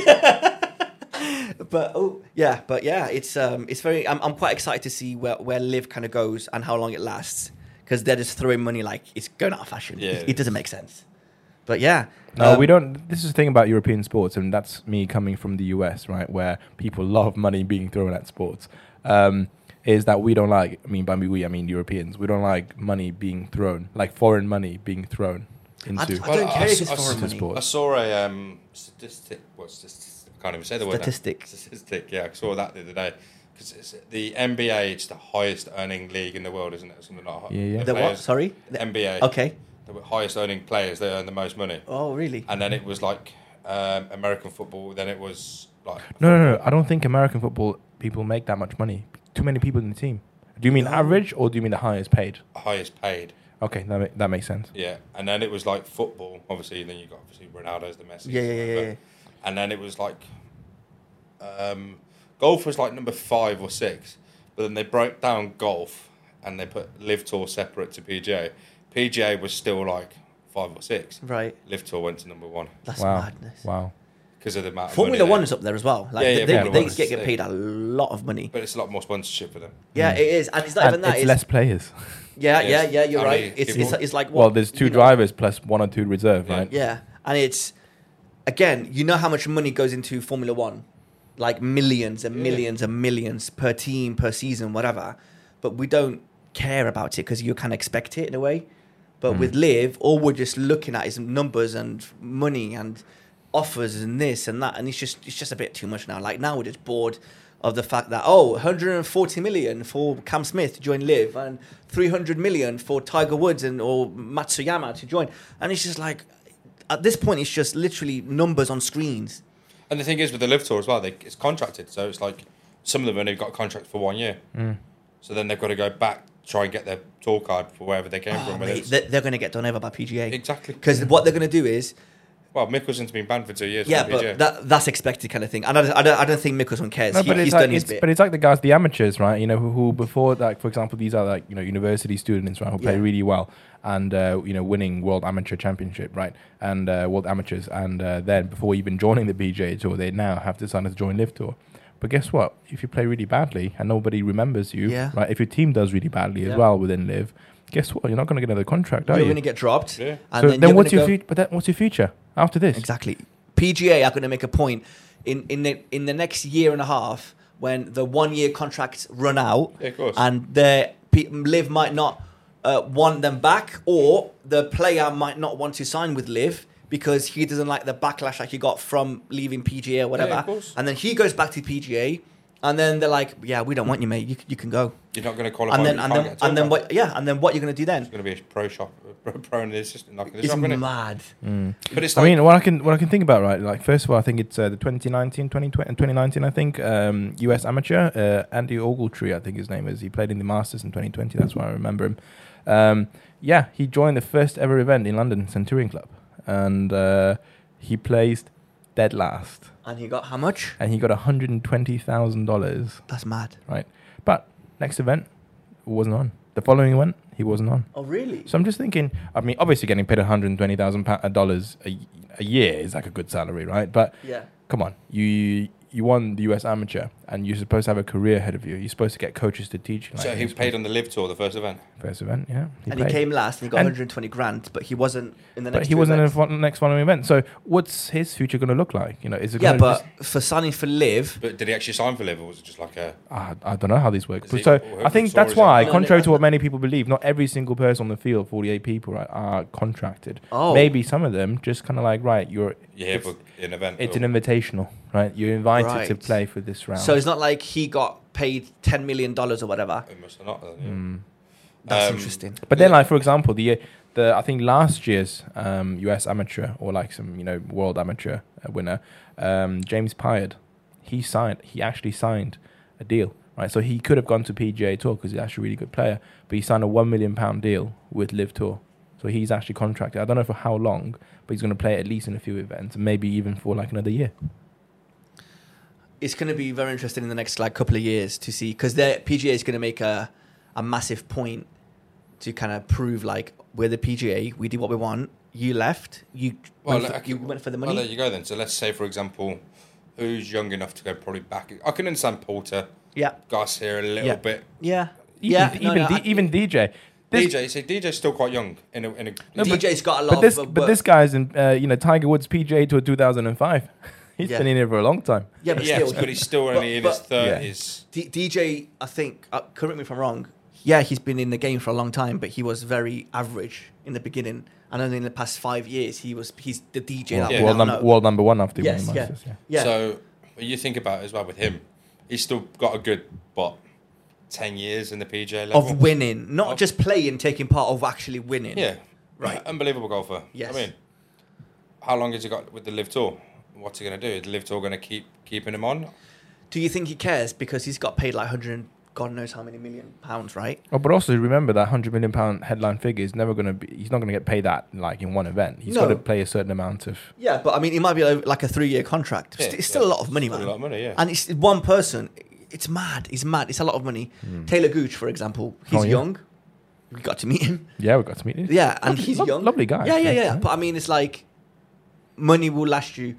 Speaker 1: but oh yeah, but yeah, it's um it's very. I'm, I'm quite excited to see where where Live kind of goes and how long it lasts because they're just throwing money like it's going out of fashion.
Speaker 3: Yeah,
Speaker 1: it,
Speaker 3: it
Speaker 1: it doesn't make sense. But yeah,
Speaker 2: No,
Speaker 1: um,
Speaker 2: we don't. This is the thing about European sports, and that's me coming from the US, right, where people love money being thrown at sports. Um, is that we don't like? I mean, by me we, I mean Europeans. We don't like money being thrown, like foreign money being thrown into.
Speaker 1: I d- I
Speaker 3: Well,
Speaker 1: don't care if
Speaker 3: s-
Speaker 1: it's
Speaker 3: I s-
Speaker 1: foreign money.
Speaker 2: sport.
Speaker 3: I saw a um, statistic. What statistic? I can't even say the word. now.
Speaker 1: Statistic.
Speaker 3: Statistic. Yeah, I saw that the other day. Because the NBA, it's the highest earning league in the world, isn't it? Or Something like that.
Speaker 2: Yeah, yeah.
Speaker 1: The what?
Speaker 3: players-
Speaker 1: Sorry.
Speaker 3: The NBA.
Speaker 1: Okay.
Speaker 3: The highest earning players, they earn the most money.
Speaker 1: Oh really?
Speaker 3: And then it was like um, American football. Then it was like
Speaker 2: No, no, no. I don't think American football people make that much money. Too many people in the team. Do you mean average or do you mean the highest paid?
Speaker 3: highest paid.
Speaker 2: Okay, that, ma- that makes sense.
Speaker 3: Yeah, and then it was like football. Obviously, then you got obviously Ronaldo's the Messi.
Speaker 1: Yeah, yeah, yeah, yeah,
Speaker 3: whatever. And then it was like, um, golf was like number five or six, but then they broke down golf and they put Live Tour separate to PGA, PGA was still like five or six.
Speaker 1: Right.
Speaker 3: Live Tour went to number one
Speaker 1: That's
Speaker 2: wow.
Speaker 1: madness.
Speaker 2: Wow.
Speaker 3: because of the amount. of
Speaker 1: Formula
Speaker 3: money they-
Speaker 1: One's up there as well. Like
Speaker 3: Yeah, yeah,
Speaker 1: they,
Speaker 3: Formula
Speaker 1: they
Speaker 3: One's
Speaker 1: get, get
Speaker 3: sick.
Speaker 1: paid a lot of money.
Speaker 3: but it's a lot more sponsorship for them.
Speaker 1: yeah, it is, and it's not
Speaker 2: Mm. And
Speaker 1: even that.
Speaker 2: it's
Speaker 1: It's,
Speaker 2: less players.
Speaker 1: yeah,
Speaker 3: Yeah,
Speaker 1: yeah,
Speaker 3: it's
Speaker 1: yeah. You're
Speaker 3: how
Speaker 1: right.
Speaker 3: many
Speaker 1: It's,
Speaker 3: people-
Speaker 1: it's it's like what,
Speaker 2: well, there's two
Speaker 1: you know,
Speaker 2: drivers plus one or two reserve,
Speaker 3: Yeah.
Speaker 2: right?
Speaker 1: Yeah, and it's again, you know how much money goes into Formula One, like millions and
Speaker 3: Yeah.
Speaker 1: millions and millions per team, per season, whatever. But we don't care about it because you can expect it in a way. But with Live, all we're just looking at is numbers and money and offers and this and that, and it's just it's just a bit too much now. Like now we're just bored of the fact that oh, 140 million for Cam Smith to join Live and 300 million for Tiger Woods and or Matsuyama to join, and it's just like at this point it's just literally numbers on screens.
Speaker 3: And the thing is with the live tour as well, they, it's contracted, so it's like some of them only got contracts for one year.
Speaker 2: Mm.
Speaker 3: So then they've got to go back, try and get their tour card for wherever they came
Speaker 1: Oh,
Speaker 3: from. whether
Speaker 1: mate,
Speaker 3: it's-
Speaker 1: they- they're going to get done over by PGA
Speaker 3: exactly.
Speaker 1: because what they're going to do is
Speaker 3: Well, Mickelson's been banned for two years.
Speaker 1: yeah,
Speaker 3: from
Speaker 1: but
Speaker 3: PGA.
Speaker 1: that, that's expected kind of thing. And I don't, I don't, I don't think Mickelson cares.
Speaker 2: No,
Speaker 1: He-
Speaker 2: but
Speaker 1: he's
Speaker 2: it's
Speaker 1: done
Speaker 2: like
Speaker 1: his
Speaker 2: it's,
Speaker 1: bit.
Speaker 2: but it's like the guys, the amateurs, right? You know, who, who before like for example, these are like you know university students, right, who play
Speaker 1: Yeah.
Speaker 2: really well and uh, you know winning world amateur championship, right, and uh, world amateurs, and uh, then before even joining the PGA Tour, they now have decided to join Live Tour. But guess what? If you play really badly and nobody remembers you,
Speaker 1: Yeah.
Speaker 2: right? If your team does really badly
Speaker 1: Yeah.
Speaker 2: as well within Live, guess what? You're not going to get another contract, are
Speaker 1: you're
Speaker 2: you?
Speaker 1: going to get dropped.
Speaker 3: Yeah.
Speaker 1: And
Speaker 2: so
Speaker 1: then,
Speaker 2: then,
Speaker 1: you're
Speaker 2: what's
Speaker 1: gonna
Speaker 2: your
Speaker 1: go-
Speaker 2: fut- But then what's your future after this?
Speaker 1: Exactly. PGA are going to make a point in in the in the next year and a half when the one year contracts run out,
Speaker 3: Yeah, of course.
Speaker 1: and their P- Live might not uh, want them back, or the player might not want to sign with Live because he doesn't like the backlash like he got from leaving PGA or whatever,
Speaker 3: course.
Speaker 1: and then he goes back to PGA, and then they're like, "Yeah, we don't want you, mate. You, c- you can go."
Speaker 3: You're not going to qualify.
Speaker 1: And then
Speaker 3: you
Speaker 1: and
Speaker 3: can't
Speaker 1: then
Speaker 3: get a tour
Speaker 1: and then
Speaker 3: card.
Speaker 1: what? Yeah, and then what you're going to do then?
Speaker 3: It's going to be a pro shop, a pro and assistant. Like,
Speaker 1: It's
Speaker 3: it's not gonna,
Speaker 1: mad.
Speaker 3: but it's
Speaker 2: I
Speaker 3: like,
Speaker 2: mean, what I can what I can think about, right? Like, first of all, I think it's uh, the 2019, 2020, and 2019. uh, I think um, U.S. amateur uh, Andy Ogletree, I think his name is. He played in the Masters in 2020. That's why I remember him. Um, yeah, he joined the first ever event in London, Centurion Club, and uh, he placed dead last,
Speaker 1: And he got how much?
Speaker 2: and he got 120 thousand dollars,
Speaker 1: That's mad.
Speaker 2: right? But next event wasn't on. The following one, he wasn't on.
Speaker 1: Oh really?
Speaker 2: So I'm just thinking. I mean, obviously, getting paid 120 thousand dollars a a year is like a good salary, right? But
Speaker 1: yeah.
Speaker 2: come on, you you won the U.S. Amateur, and you're supposed to have a career ahead of you. You're supposed to get coaches to teach. you, Like,
Speaker 3: so he
Speaker 2: you're
Speaker 3: played on the live tour, the first event.
Speaker 2: supposed- first event, yeah.
Speaker 1: and
Speaker 2: played.
Speaker 1: he came last and he got
Speaker 2: And-
Speaker 1: 120 grand, but he wasn't in the next.
Speaker 2: but he
Speaker 1: two
Speaker 2: wasn't in the
Speaker 1: events.
Speaker 2: fo- next following event. So what's his future going to look like? You know, is it?
Speaker 1: Yeah,
Speaker 2: gonna
Speaker 1: but
Speaker 2: just-
Speaker 1: for signing for Live,
Speaker 3: But did he actually sign for live, or was it just like a?
Speaker 2: I, ah, I don't know how these work.
Speaker 3: Is it-
Speaker 2: So
Speaker 3: or
Speaker 2: I think
Speaker 3: who's- or
Speaker 2: that's
Speaker 3: is it-
Speaker 2: why,
Speaker 1: No, no,
Speaker 2: contrary to
Speaker 1: that's
Speaker 2: what many people believe, not every single person on the field, 48 people, right, are contracted.
Speaker 1: Oh.
Speaker 2: Maybe some of them just kind of like, right, you're
Speaker 3: Yeah,
Speaker 2: it's-
Speaker 3: but an event.
Speaker 2: It's
Speaker 3: or-
Speaker 2: an invitational, right? You're invited to
Speaker 1: Right.
Speaker 2: play for this round.
Speaker 1: so it's not like he got paid 10 million dollars or whatever.
Speaker 3: It must have not. Then, yeah.
Speaker 2: Mm.
Speaker 1: That's
Speaker 3: Um,
Speaker 1: interesting.
Speaker 2: but then, like for example, the the I think last year's um, U.S. amateur or like some you know world amateur uh, winner, um, James Pyard, he signed. He actually signed a deal, right? So he could have gone to PGA Tour because he's actually a really good player, but he signed a one million pound deal with Live Tour. So he's actually contracted. I don't know for how long, but he's going to play at least in a few events, maybe even for like another year.
Speaker 1: It's going to be very interesting in the next like couple of years to see because PGA is going to make a a massive point to kind of prove like we're the PGA, we did what we want. You left, you went,
Speaker 3: like,
Speaker 1: for,
Speaker 3: okay,
Speaker 1: you went for the
Speaker 3: Well, there
Speaker 1: money.
Speaker 3: you go then. So let's say, for example, who's young enough to go probably back? I can understand Porter,
Speaker 1: Yeah,
Speaker 3: Goss here a little
Speaker 2: Yeah.
Speaker 3: bit.
Speaker 1: yeah,
Speaker 2: Even,
Speaker 1: yeah.
Speaker 2: even,
Speaker 1: no, no,
Speaker 2: D-
Speaker 1: I-
Speaker 2: even DJ. This-
Speaker 3: DJ, so DJ's still quite young. In a, in a,
Speaker 2: No, but-
Speaker 1: DJ's got a lot.
Speaker 2: but this,
Speaker 1: of, uh,
Speaker 2: but
Speaker 1: work.
Speaker 2: this guy's in, uh, you know, Tiger Woods PGA Tour 2005. He's
Speaker 1: Yeah.
Speaker 2: been in here for a long time.
Speaker 1: yeah, but
Speaker 3: yes,
Speaker 1: still,
Speaker 3: but he's still
Speaker 1: but-
Speaker 3: only in his
Speaker 1: but-
Speaker 3: thirties.
Speaker 1: D- DJ, I think, uh, correct me if I'm wrong. Yeah, he's been in the game for a long time, but he was very average in the beginning. And only in the past five years, he was he's the DJ that
Speaker 2: World,
Speaker 1: we
Speaker 2: world,
Speaker 1: now
Speaker 2: num-
Speaker 1: know.
Speaker 2: world number one after he won
Speaker 1: yes,
Speaker 2: the
Speaker 1: yeah,
Speaker 2: Masters, yeah.
Speaker 1: yeah.
Speaker 3: So when you think about it as well with him, he's still got a good what ten years in the PJ level
Speaker 1: of winning, not
Speaker 3: Of-
Speaker 1: just playing, taking part of actually winning.
Speaker 3: Yeah,
Speaker 1: Right.
Speaker 3: Unbelievable golfer.
Speaker 1: Yes.
Speaker 3: I mean, how long has he got with the Live Tour? What's he going to do? Is the Live Tour going to keep keeping him on?
Speaker 1: Do you think he cares because he's got paid like hundred, and God knows how many million pounds, right?
Speaker 2: Oh, but also remember that hundred million pound headline figure is never going to be. He's not going to get paid that like in one event. He's
Speaker 1: No.
Speaker 2: got to play a certain amount of.
Speaker 1: Yeah, but I mean, it might be like a three-year contract.
Speaker 3: Yeah,
Speaker 1: it's still a
Speaker 3: yeah.
Speaker 1: lot of money,
Speaker 3: Still
Speaker 1: man.
Speaker 3: a lot of money, yeah.
Speaker 1: And it's one person. it's mad. He's mad. It's a lot of money. Taylor Gooch, for example, he's
Speaker 2: Oh, yeah.
Speaker 1: young. We got to meet him.
Speaker 2: Yeah, we got to meet him.
Speaker 1: Yeah, and
Speaker 2: Lovely-
Speaker 1: he's
Speaker 2: lo-
Speaker 1: young.
Speaker 2: lovely guy,
Speaker 1: Yeah, yeah,
Speaker 2: actually,
Speaker 1: yeah.
Speaker 2: yeah.
Speaker 1: But I mean, it's like money will last you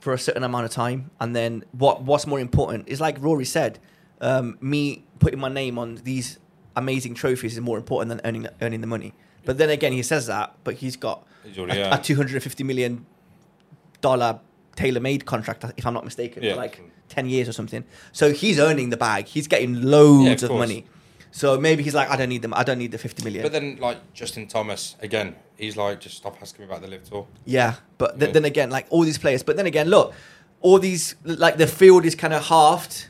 Speaker 1: for a certain amount of time, and then what? What's more important is like Rory said, um, me putting my name on these amazing trophies is more important than earning earning the money. But then again, he says that, but he's got
Speaker 3: He's
Speaker 1: a,
Speaker 3: already earned.
Speaker 1: a two hundred and fifty million dollar tailor made contract, if I'm not mistaken, for
Speaker 3: Yeah.
Speaker 1: like ten years or something. So he's earning the bag. He's getting loads of
Speaker 3: course.
Speaker 1: money. So maybe he's like, I don't need them. I don't need the fifty million.
Speaker 3: But then, like Justin Thomas, again, he's like, just stop asking me about the live tour.
Speaker 1: Yeah, but th-
Speaker 3: Yeah.
Speaker 1: then again, like all these players. But then again, look, all these like the field is kind of halved,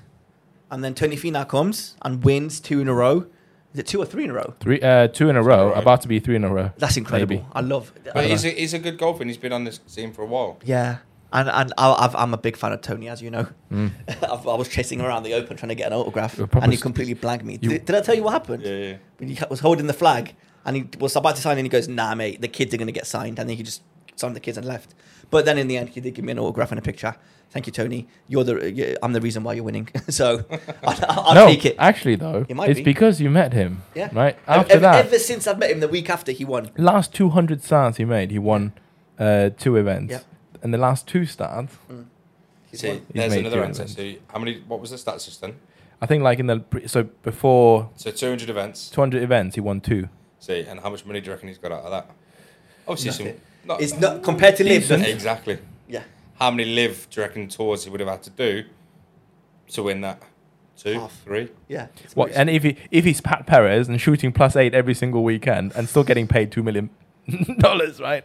Speaker 1: and then Tony Finau comes and wins two in a row. Is it two or three in a row?
Speaker 2: Three, uh, two in a row.
Speaker 3: right.
Speaker 2: About to be three in a row.
Speaker 1: That's incredible.
Speaker 2: Maybe.
Speaker 1: I love.
Speaker 3: But he's a, he's a good golfer, and he's been on this scene for a while.
Speaker 1: yeah, and and I, I've, I'm a big fan of Tony, as you know. I've, I was chasing around the Open trying to get an autograph,
Speaker 2: Mm. You're probably
Speaker 1: and he
Speaker 2: st-
Speaker 1: completely blanked me.
Speaker 2: you-
Speaker 1: did, did I tell you what happened?
Speaker 3: Yeah, yeah.
Speaker 1: When he was holding the flag, and he was about to sign, and he goes, "Nah, mate, the kids are gonna get signed," and then he just signed the kids and left. But then in the end, he did give me an autograph and a picture. Thank you, Tony. You're the you- I'm the reason why you're winning. so I, I'll
Speaker 2: no,
Speaker 1: take it.
Speaker 2: actually though,
Speaker 1: It might
Speaker 2: it's
Speaker 1: be.
Speaker 2: because you met him.
Speaker 1: yeah.
Speaker 2: Right
Speaker 1: Ev-
Speaker 2: after
Speaker 1: ev-
Speaker 2: that,
Speaker 1: ever since I've met him, the week after he won.
Speaker 2: last two hundred starts he made, he won uh, two events,
Speaker 1: Yep.
Speaker 2: and the last two starts,
Speaker 1: He's
Speaker 3: See,
Speaker 1: won.
Speaker 3: there's
Speaker 2: made
Speaker 3: another
Speaker 2: two
Speaker 3: answer.
Speaker 2: events.
Speaker 3: So how many? What was the stats just then?
Speaker 2: I think like in the pre- so before
Speaker 3: So 200 events.
Speaker 2: two hundred events, he won two.
Speaker 3: See, and how much money do you reckon he's got out of that? Obviously, some,
Speaker 1: Nothing.
Speaker 3: not,
Speaker 1: It's not compared to live.
Speaker 2: Decent.
Speaker 1: nothing.
Speaker 3: exactly.
Speaker 1: Yeah.
Speaker 3: How many live do you reckon tours he would have had to do to win that? Two,
Speaker 1: Half.
Speaker 3: three.
Speaker 1: Yeah. It's
Speaker 2: What,
Speaker 1: amazing.
Speaker 2: and if he if he's Pat Perez and shooting plus eight every single weekend and still getting paid two million dollars, right?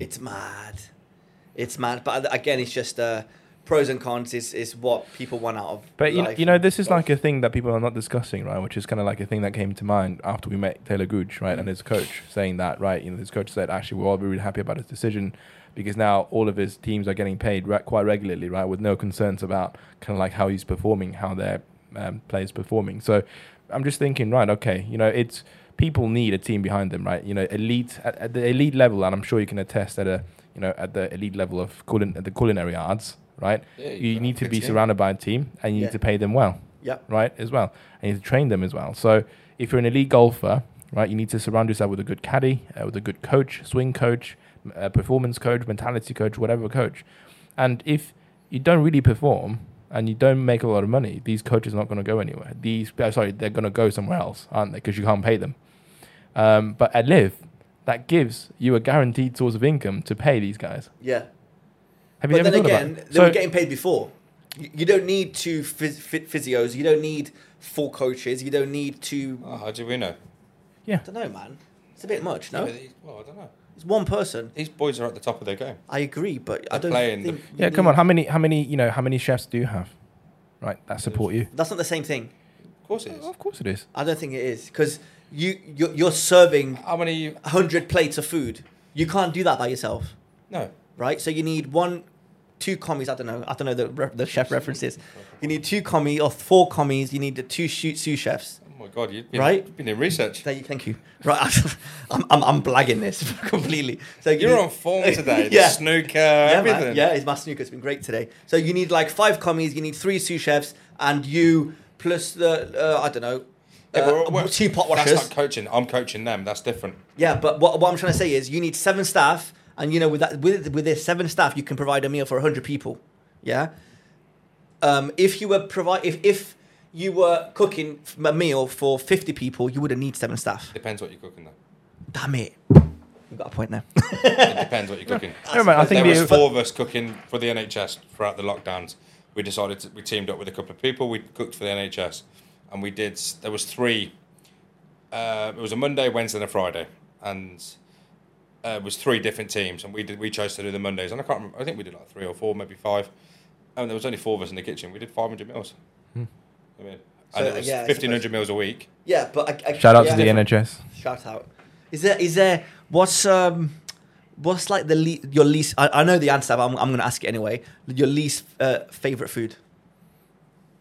Speaker 1: It's mad. It's mad. But again, it's just uh, pros and cons is, is what people want out of
Speaker 2: But you,
Speaker 1: life
Speaker 2: you know,
Speaker 1: and
Speaker 2: this is
Speaker 1: golf.
Speaker 2: like a thing that people are not discussing, right? Which is kind of like a thing that came to mind after we met Taylor Gooch, right? And his coach saying that, right? You know, his coach said, actually, we're all really happy about his decision because now all of his teams are getting paid re- quite regularly, right? With no concerns about kind of like how he's performing, how their um, players performing. So I'm just thinking, right? Okay, you know, it's people need a team behind them, right? You know, elite at, at the elite level, and I'm sure you can attest at a you know at the elite level of culin- at the culinary arts, right?
Speaker 3: Yeah, you
Speaker 2: you
Speaker 3: gotta
Speaker 2: need to
Speaker 3: have
Speaker 2: be
Speaker 3: a team.
Speaker 2: surrounded by a team, and you
Speaker 1: Yeah.
Speaker 2: need to pay them well
Speaker 1: Yep.
Speaker 2: right, as well. And you need to train them as well. So if you're an elite golfer, right, you need to surround yourself with a good caddy, uh, with a good coach, swing coach, m- uh, performance coach, mentality coach, whatever coach. And if you don't really perform and you don't make a lot of money, these coaches are not going to go anywhere. These, uh, sorry, they're going to go somewhere else, aren't they? Because you can't pay them. Um, but at Live, that gives you a guaranteed source of income to pay these guys.
Speaker 1: Yeah.
Speaker 2: Have you
Speaker 1: But
Speaker 2: ever
Speaker 1: then
Speaker 2: thought
Speaker 1: again,
Speaker 2: about it?
Speaker 1: they were getting paid before. You you don't need two phys- phy- physios. You don't need four coaches. You don't need two.
Speaker 3: Oh, how do we know?
Speaker 1: I
Speaker 2: yeah,
Speaker 1: don't know, man. It's a bit much, no?
Speaker 3: Yeah, but he- well, I don't know.
Speaker 1: It's one person.
Speaker 3: These boys are at the top of their game.
Speaker 1: I agree, but I
Speaker 3: They're
Speaker 1: don't
Speaker 3: playing the-
Speaker 1: think. you
Speaker 2: yeah. Come
Speaker 1: need-
Speaker 2: on, how many, how many, you know, how many chefs do you have, right? That support you.
Speaker 1: That's not the same thing.
Speaker 3: Of course it
Speaker 1: Oh.
Speaker 3: is.
Speaker 2: Of course it is.
Speaker 1: I don't think it is because you you're, you're serving
Speaker 3: How many?
Speaker 1: hundred plates of food. You can't do that by yourself.
Speaker 3: No.
Speaker 1: right? So you need one, two commies. I don't know. I don't know the re- the chef references. You need two commies or four commies. You need the two shoot sous chefs.
Speaker 3: Oh my God, you've been,
Speaker 1: Right?
Speaker 3: you've been in research.
Speaker 1: Thank you. Thank you. Right, I'm, I'm, I'm blagging this completely. So you
Speaker 3: You're
Speaker 1: need-
Speaker 3: on form today.
Speaker 1: Yeah.
Speaker 3: The snooker,
Speaker 1: yeah, man.
Speaker 3: everything.
Speaker 1: yeah, it's my snooker's been great today. So you need like five commies. You need three sous chefs, and you plus the uh, I don't know.
Speaker 3: Yeah, but
Speaker 1: uh,
Speaker 3: we're-
Speaker 1: two pot
Speaker 3: That's
Speaker 1: washers.
Speaker 3: not coaching. I'm coaching them. That's different.
Speaker 1: Yeah, but what, what I'm trying to say is you need seven staff, and you know with that with with this seven staff, you can provide a meal for hundred people. Yeah. Um, if you were provide if if you were cooking f- a meal for fifty people, you wouldn't need seven staff.
Speaker 3: Depends what you're cooking, though.
Speaker 1: Damn it, we've got a point there.
Speaker 3: It depends what you're cooking.
Speaker 2: No, man, I think
Speaker 3: there was
Speaker 2: the,
Speaker 3: four of us cooking for the NHS throughout the lockdowns. We decided to, we teamed up with a couple of people. We cooked for the NHS, and we did. s- There was three. Uh, it was a Monday, Wednesday, and a Friday, and uh, it was three different teams. And we did. We chose to do the Mondays, and I can't remember. I think we did like three or four, maybe five. And there was only four of us in the kitchen. We did five hundred meals.
Speaker 2: Hmm.
Speaker 3: I mean, and
Speaker 1: So,
Speaker 3: it was
Speaker 1: yeah, I
Speaker 3: fifteen hundred meals a week.
Speaker 1: yeah, but I, I,
Speaker 2: shout out
Speaker 1: yeah.
Speaker 2: to the NHS.
Speaker 1: Shout out. Is there is there what's um what's like the le- your least? I, I know the answer, but I'm I'm gonna ask it anyway. Your least uh, favorite food.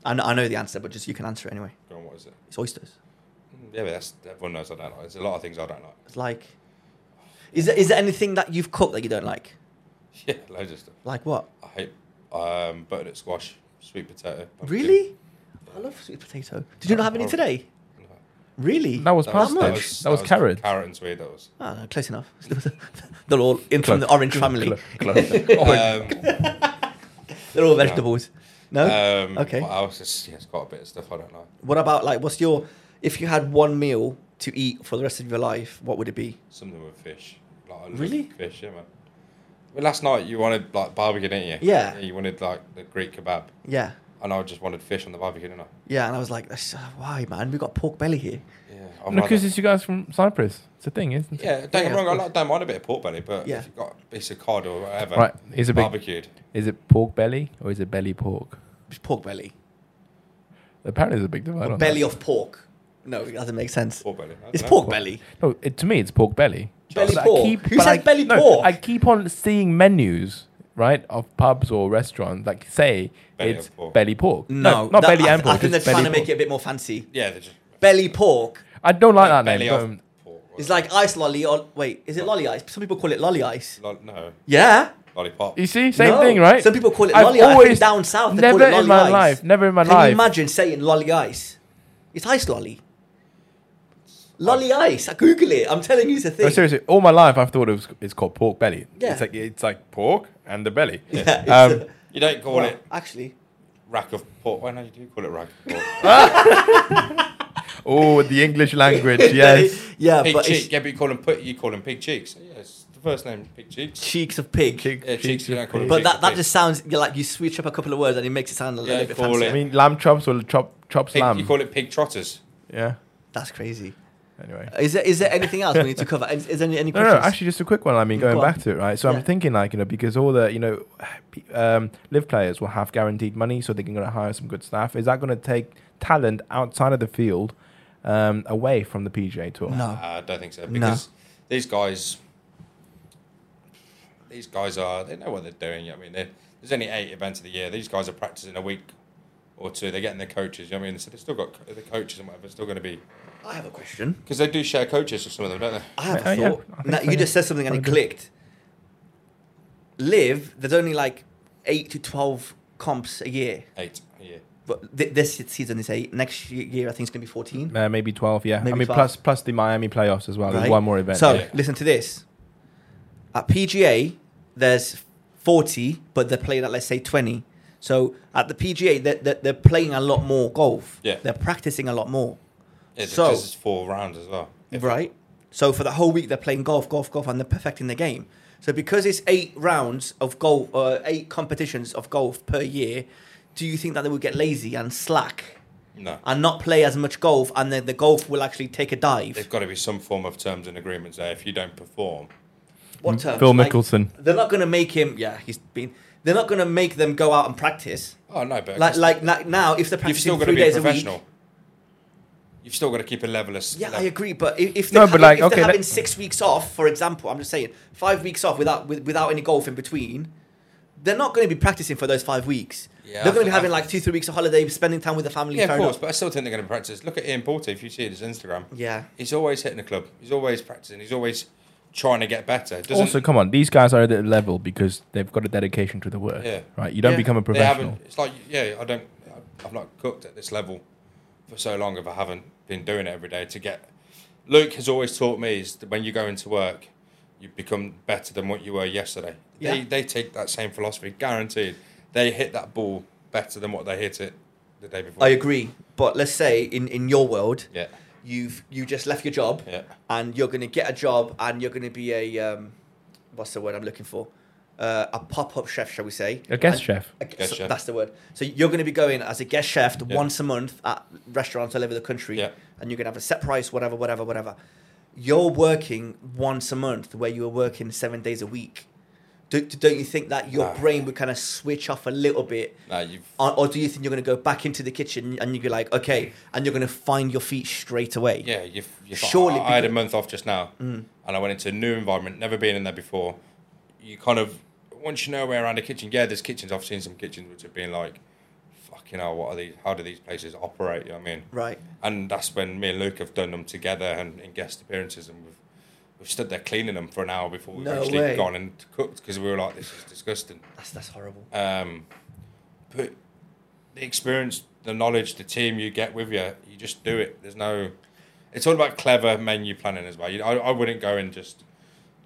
Speaker 1: I know, I know the answer, but just you can answer it anyway.
Speaker 3: Go on, what is it?
Speaker 1: It's oysters.
Speaker 3: Yeah, but that's everyone knows I don't like. There's a lot of things I don't like.
Speaker 1: It's like, is there, is there anything that you've cooked that you don't like?
Speaker 3: Yeah, loads of stuff.
Speaker 1: Like what?
Speaker 3: I hate um, butternut squash. sweet potato. pumpkin. Oh.
Speaker 1: Really? I love sweet potato. Did you not have any
Speaker 3: Horrible.
Speaker 1: today?
Speaker 3: No.
Speaker 1: Really?
Speaker 2: That was
Speaker 3: That
Speaker 2: pasta.
Speaker 1: How
Speaker 2: That
Speaker 1: much?
Speaker 2: was, carrot.
Speaker 3: Carrot and sweet. That was.
Speaker 1: Ah, no, close enough. They're all in from the orange family. Uh,
Speaker 2: Clo-
Speaker 1: Oh,
Speaker 2: clo-
Speaker 3: Um,
Speaker 1: They're all vegetables. No.
Speaker 3: um,
Speaker 1: Okay.
Speaker 3: What else? It's, yeah, it's got a bit of stuff I don't like.
Speaker 1: What about like what's your if you had one meal to eat for the rest of your life, what would it be?
Speaker 3: Something with fish. Like, I love
Speaker 1: Really?
Speaker 3: Fish, yeah, man. Well, last night you wanted like barbecue, didn't you?
Speaker 1: Yeah.
Speaker 3: You wanted like the Greek kebab,
Speaker 1: Yeah.
Speaker 3: and I just wanted fish on the barbecue, didn't I?
Speaker 1: Yeah, and I was like, "That's- uh, why, man? We got pork belly here.
Speaker 3: Yeah.
Speaker 2: No,
Speaker 3: I'd rather-
Speaker 2: because it's you guys from Cyprus. It's a thing, isn't it?
Speaker 3: Yeah, don't get
Speaker 1: Yeah,
Speaker 3: me wrong,
Speaker 1: of
Speaker 3: I like, don't mind a bit of pork belly, but
Speaker 1: Yeah.
Speaker 3: if you've got a piece of cod or whatever,
Speaker 2: Right, here's a big-
Speaker 3: barbecued.
Speaker 2: Is it pork belly or is it belly pork?
Speaker 1: It's pork belly.
Speaker 2: Apparently, there's a big divide
Speaker 1: Or
Speaker 2: on
Speaker 1: belly
Speaker 2: that.
Speaker 1: of pork. No, it doesn't make sense.
Speaker 3: Pork belly. I
Speaker 1: It's
Speaker 3: dunno.
Speaker 1: pork belly.
Speaker 2: No, it, to me, it's pork belly.
Speaker 1: Belly
Speaker 2: But I
Speaker 1: pork? Who
Speaker 2: but
Speaker 1: says
Speaker 2: I-
Speaker 1: belly
Speaker 2: no,
Speaker 1: pork?
Speaker 2: I keep on seeing menus, right, of pubs or restaurants that say
Speaker 3: Belly
Speaker 2: it's
Speaker 3: of pork.
Speaker 2: belly pork.
Speaker 1: No,
Speaker 2: not
Speaker 1: that-
Speaker 2: belly
Speaker 1: I,
Speaker 2: and pork.
Speaker 1: I think they're
Speaker 2: just
Speaker 1: trying to
Speaker 2: belly
Speaker 1: make it a bit more fancy.
Speaker 3: Yeah, they're just
Speaker 1: Belly pork.
Speaker 2: pork. I don't like that
Speaker 3: belly
Speaker 2: name.
Speaker 3: off
Speaker 2: don't-
Speaker 3: pork.
Speaker 1: It's like ice lolly or wait, is it lolly ice? Some people call it lolly ice.
Speaker 3: Lo- no,
Speaker 1: Yeah.
Speaker 3: lollipop.
Speaker 2: You see, same
Speaker 1: No.
Speaker 2: thing, right?
Speaker 1: Some people call it
Speaker 2: I've
Speaker 1: lolly ice. I think
Speaker 2: always-
Speaker 1: down south they
Speaker 2: never
Speaker 1: call it
Speaker 2: in
Speaker 1: lolly
Speaker 2: my
Speaker 1: ice.
Speaker 2: life, never in my
Speaker 1: Can
Speaker 2: life.
Speaker 1: you imagine saying lolly ice? It's ice lolly. Lolly ice. I Google it. I'm telling you it's a thing.
Speaker 2: No, Oh, seriously, all my life I've thought it was it's called pork belly.
Speaker 1: Yeah.
Speaker 2: It's like it's like pork and the belly.
Speaker 1: Yeah, it's a-
Speaker 2: Um,
Speaker 3: You don't call
Speaker 1: well,
Speaker 3: it
Speaker 1: actually.
Speaker 3: rack of pork. Why no, you do call it rack of pork.
Speaker 2: Oh, the English language, yes.
Speaker 1: yeah,
Speaker 3: pig
Speaker 1: but
Speaker 3: cheek.
Speaker 1: it's
Speaker 3: Yeah, but you call them put. You call them pig cheeks. Yeah, it's the first name pig cheeks.
Speaker 1: cheeks of pig.
Speaker 2: Cheek-
Speaker 3: Yeah, cheeks,
Speaker 2: cheeks
Speaker 3: you don't
Speaker 2: of
Speaker 3: call
Speaker 2: pig.
Speaker 3: it
Speaker 1: But
Speaker 3: cheeks
Speaker 1: that,
Speaker 3: of
Speaker 1: that
Speaker 3: pig.
Speaker 1: just sounds you're like you switch up a couple of words and it makes it sound a little
Speaker 3: Yeah,
Speaker 1: bit
Speaker 3: call
Speaker 1: fancier.
Speaker 2: I mean, lamb chops or chop chop
Speaker 3: Pig-
Speaker 2: lamb.
Speaker 3: you call it pig trotters.
Speaker 2: yeah.
Speaker 1: That's crazy.
Speaker 2: Anyway.
Speaker 1: Is there is there anything else we need to cover? Is, is there any, any
Speaker 2: No, no,
Speaker 1: questions?
Speaker 2: actually, just a quick one. I mean, going
Speaker 1: Go on.
Speaker 2: back to it, right? So
Speaker 1: Yeah.
Speaker 2: I'm thinking, like, you know, because all the, you know, p- um, live players will have guaranteed money, so they're going to hire some good staff. Is that going to take talent outside of the field um, away from the PGA Tour?
Speaker 1: no.
Speaker 3: Uh, I don't think so because these guys, these guys are they know what they're doing. I mean, they're- there's only eight events of the year. These guys are practicing a week or two. They're getting their coaches. You know what I mean, so they've still got co- the coaches and whatever. It's still going to be
Speaker 1: I have a question.
Speaker 3: because they do share coaches with some of them, don't they?
Speaker 1: I have
Speaker 2: Uh,
Speaker 1: a
Speaker 2: yeah,
Speaker 1: thought.
Speaker 2: I think
Speaker 1: Now,
Speaker 2: so,
Speaker 1: you
Speaker 2: yeah.
Speaker 1: just said something and it
Speaker 2: Probably.
Speaker 1: clicked. Live, there's only like eight to twelve comps a year.
Speaker 3: Eight a year.
Speaker 1: But th- this season is eight. Next ye- year, I think it's gonna be fourteen.
Speaker 2: Uh, maybe 12, yeah.
Speaker 1: Maybe
Speaker 2: I mean,
Speaker 1: 12.
Speaker 2: plus plus the Miami playoffs as well. There's
Speaker 1: right?
Speaker 2: one more event.
Speaker 1: So
Speaker 3: yeah.
Speaker 1: listen to this. At PGA, there's forty, but they're playing at let's say twenty. So at the PGA, they're, they're, they're playing a lot more golf.
Speaker 3: Yeah.
Speaker 1: They're practicing a lot more.
Speaker 3: Yeah,
Speaker 1: So-
Speaker 3: because it's four rounds as well. If-
Speaker 1: Right. So for the whole week, they're playing golf, golf, golf, and they're perfecting the game. So because it's eight rounds of golf, uh, eight competitions of golf per year, do you think that they will get lazy and slack
Speaker 3: No,
Speaker 1: and not play as much golf, and then the golf will actually take a
Speaker 3: there's
Speaker 1: dive?
Speaker 3: got to be some form of terms and agreements there. If you don't perform, Mm,
Speaker 1: What terms?
Speaker 2: Phil
Speaker 1: Like,
Speaker 2: Mickelson.
Speaker 1: they're not going to make him. Yeah, he's been. They're not going to make them go out and practice.
Speaker 3: oh no, but
Speaker 1: Like, like, like now, if they're
Speaker 3: you've
Speaker 1: practicing
Speaker 3: still got to
Speaker 1: three
Speaker 3: be
Speaker 1: days a week.
Speaker 3: professional. You've still got to keep a level of
Speaker 1: Yeah, I
Speaker 3: level-
Speaker 1: agree. But if, if
Speaker 2: No,
Speaker 1: they're, having,
Speaker 2: but like,
Speaker 1: if
Speaker 2: okay,
Speaker 1: they're
Speaker 2: let-
Speaker 1: having six weeks off, for example, I'm just saying five weeks off without with, without any golf in between, they're not going to be practicing for those five weeks.
Speaker 3: Yeah,
Speaker 1: they're going
Speaker 3: I
Speaker 1: to be
Speaker 3: think
Speaker 1: having
Speaker 3: I-
Speaker 1: like two, three weeks of holiday, spending time with the family.
Speaker 3: Yeah,
Speaker 1: fair
Speaker 3: of course,
Speaker 1: enough.
Speaker 3: but I still think they're going to practice. Look at Ian Porter if you see his Instagram.
Speaker 1: Yeah.
Speaker 3: He's always hitting the club. He's always practicing. He's always trying to get better. Doesn't,
Speaker 2: Also, come on, these guys are at a level because they've got a dedication to the work.
Speaker 3: Yeah.
Speaker 2: Right? You don't
Speaker 1: Yeah.
Speaker 2: become a
Speaker 3: they haven't.
Speaker 2: professional.
Speaker 3: It's like yeah, I don't. I've not cooked at this level for so long if I haven't been doing it every day to get. Luke has always taught me is that when you go into work, you become better than what you were yesterday. They
Speaker 1: Yeah.
Speaker 3: they take that same philosophy, guaranteed. They hit that ball better than what they hit it the day before.
Speaker 1: I agree. But let's say in, in your world,
Speaker 3: Yeah.
Speaker 1: you've you just left your job,
Speaker 3: Yeah.
Speaker 1: and you're going to get a job, and you're going to be a um, what's the word I'm looking for? Uh, a pop up chef, shall we say?
Speaker 2: A guest
Speaker 1: And-
Speaker 2: chef.
Speaker 1: A
Speaker 3: Guest
Speaker 1: so-
Speaker 3: chef.
Speaker 1: That's the word. So you're going to be going as a guest chef
Speaker 3: Yeah.
Speaker 1: once a month at restaurants all over the country,
Speaker 3: Yeah.
Speaker 1: and you're going to have a set price, whatever, whatever, whatever. You're working once a month where you were working seven days a week. Do, don't you think that your
Speaker 3: No.
Speaker 1: brain would kind of switch off a little bit?
Speaker 3: Nah, you've
Speaker 1: Or, or do you think you're going to go back into the kitchen and you're like, okay, and you're going to find your feet straight away?
Speaker 3: Yeah, you've, you've
Speaker 1: Surely Mm.
Speaker 3: I, "Oh, I had a
Speaker 1: because-
Speaker 3: month off just now, and I went into a new environment, never been in there before. You kind of once you know where around the kitchen. Yeah, there's kitchens. I've seen some kitchens which have been like, fucking hell, what are these? How do these places operate? You know what I mean?
Speaker 1: Right.
Speaker 3: And that's when me and Luke have done them together and in guest appearances, and we've we've stood there cleaning them for an hour before we've
Speaker 1: No
Speaker 3: actually
Speaker 1: way.
Speaker 3: gone and cooked because we were like, this is disgusting.
Speaker 1: That's that's horrible.
Speaker 3: Um, but um, the experience, the knowledge, the team you get with you, you just do it. There's no. It's all about clever menu planning as well. You, I, I wouldn't go and just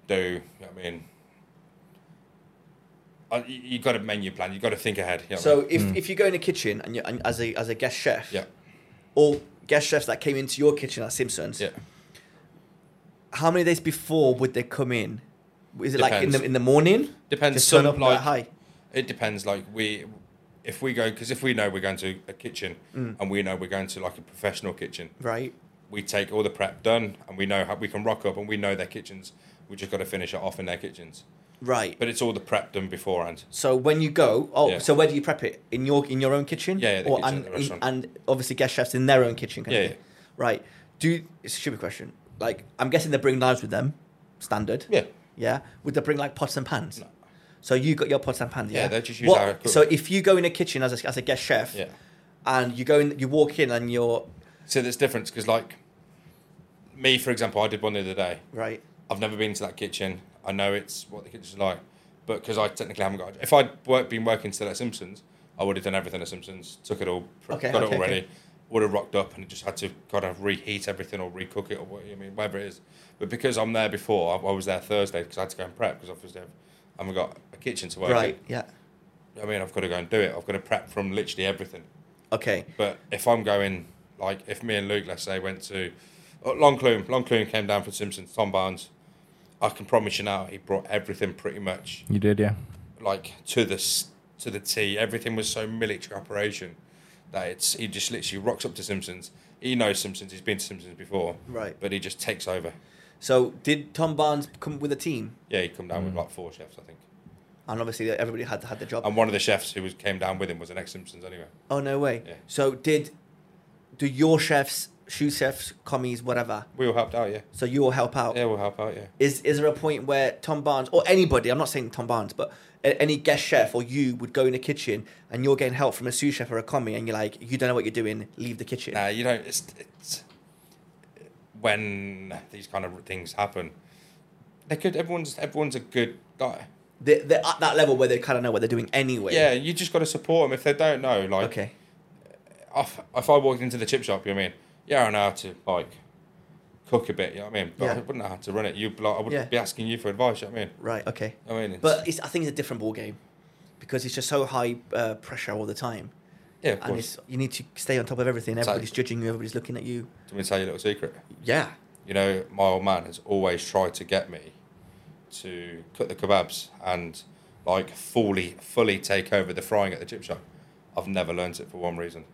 Speaker 3: do. You know what I mean, I, you, you got to menu plan. You got to think ahead. You know what I
Speaker 1: So
Speaker 3: mean?
Speaker 1: if, if you go in a kitchen and you and as a as a guest chef,
Speaker 3: yeah,
Speaker 1: all guest chefs that came into your kitchen at Simpsons,
Speaker 3: yeah.
Speaker 1: how many days before would they come in? Is it like in
Speaker 3: Depends.
Speaker 1: the in the morning?
Speaker 3: Depends.
Speaker 1: Just turn
Speaker 3: Some,
Speaker 1: up and be
Speaker 3: like-
Speaker 1: like, hi.
Speaker 3: It depends. Like we, if we go, because if we know we're going to a kitchen and we know we're going to like a professional kitchen,
Speaker 1: Right.
Speaker 3: we take all the prep done and we know how we can rock up and we know their kitchens. We just got to finish it off in their kitchens.
Speaker 1: Right.
Speaker 3: But it's all the prep done beforehand.
Speaker 1: So when you go, oh,
Speaker 3: Yeah.
Speaker 1: so where do you prep it in your in your own kitchen?
Speaker 3: Yeah, yeah, the
Speaker 1: or
Speaker 3: kitchen,
Speaker 1: and,
Speaker 3: the
Speaker 1: in-
Speaker 3: restaurant.
Speaker 1: and obviously guest chefs in their own kitchen. Kind
Speaker 3: Yeah,
Speaker 1: of thing. Right. Do it's a stupid question. Like I'm guessing they bring knives with them, standard.
Speaker 3: Yeah.
Speaker 1: Yeah. Would they bring like pots and pans?
Speaker 3: No.
Speaker 1: So you got your pots and pans. Yeah.
Speaker 3: Yeah, they just use our equipment.
Speaker 1: so if you go in a kitchen as a, as a guest chef,
Speaker 3: Yeah.
Speaker 1: and you go in, you walk in and you're
Speaker 3: So there's difference because like me, for example, I did one the other day.
Speaker 1: right.
Speaker 3: I've never been to that kitchen. I know it's what the kitchen's like, but because I technically haven't got. If I'd work, been working still at Simpsons, I would have done everything at Simpsons. Took it all, pr-
Speaker 1: Okay,
Speaker 3: got
Speaker 1: okay,
Speaker 3: it already.
Speaker 1: okay.
Speaker 3: Would have rocked up and just had to kind of reheat everything or recook it or what I mean, whatever it is. But because I'm there before, I, I was there Thursday because I had to go and prep because obviously I've, I haven't got a kitchen to work. in.
Speaker 1: Right. Yeah.
Speaker 3: I mean, I've got to go and do it. I've got to prep from literally everything.
Speaker 1: Okay.
Speaker 3: But if I'm going, like, if me and Luke, let's say, went to uh, Longclume, Longclume came down from Simpsons, Tom Barnes, I can promise you now, he brought everything pretty much
Speaker 2: You did, yeah.
Speaker 3: like to the s- to the T. Everything was so military operation that it's he just literally rocks up to Simpsons. He knows Simpsons. He's been to Simpsons before,
Speaker 1: Right.
Speaker 3: But he just takes over.
Speaker 1: So did Tom Barnes come with a team?
Speaker 3: Yeah, he come down with like four chefs, I think.
Speaker 1: And obviously everybody had had their job.
Speaker 3: And one of the chefs who was came down with him was an ex Simpsons anyway.
Speaker 1: Oh no way!
Speaker 3: Yeah.
Speaker 1: So did do your chefs, shoe chefs, commies, whatever?
Speaker 3: We all helped out, yeah.
Speaker 1: So you all help out.
Speaker 3: Yeah, we'll help out, yeah.
Speaker 1: Is is there a point where Tom Barnes or anybody? I'm not saying Tom Barnes, but a- any guest chef or you would go in the kitchen and you're getting help from a sous chef or a commie, and you're like, you don't know what you're doing. Leave the kitchen.
Speaker 3: Nah, you don't. It's, it's when these kind of things happen. They could. Everyone's everyone's a good guy.
Speaker 1: They, they're at that level where they kind of know what they're doing anyway.
Speaker 3: Yeah, you just got to support them if they don't know. Like,
Speaker 1: Okay.
Speaker 3: if, if I walked into the chip shop, you know what I mean? Yeah, I know how to like cook a bit. You know what I mean? But I
Speaker 1: Yeah.
Speaker 3: wouldn't know how to run it. You like, I would
Speaker 1: Yeah.
Speaker 3: be asking you for advice. You know what I mean?
Speaker 1: Right. Okay.
Speaker 3: I mean, it's,
Speaker 1: But it's, I think it's a different ball game because it's just so high uh, pressure all the time,
Speaker 3: yeah, of
Speaker 1: and
Speaker 3: course.
Speaker 1: it's, you need to stay on top of everything.
Speaker 3: It's like-
Speaker 1: Everybody's judging you. Everybody's looking at you.
Speaker 3: Do you want me to tell you a little secret?
Speaker 1: Yeah.
Speaker 3: You know, my old man has always tried to get me to cook the kebabs and like fully, fully take over the frying at the chip shop. I've never learnt it for one reason.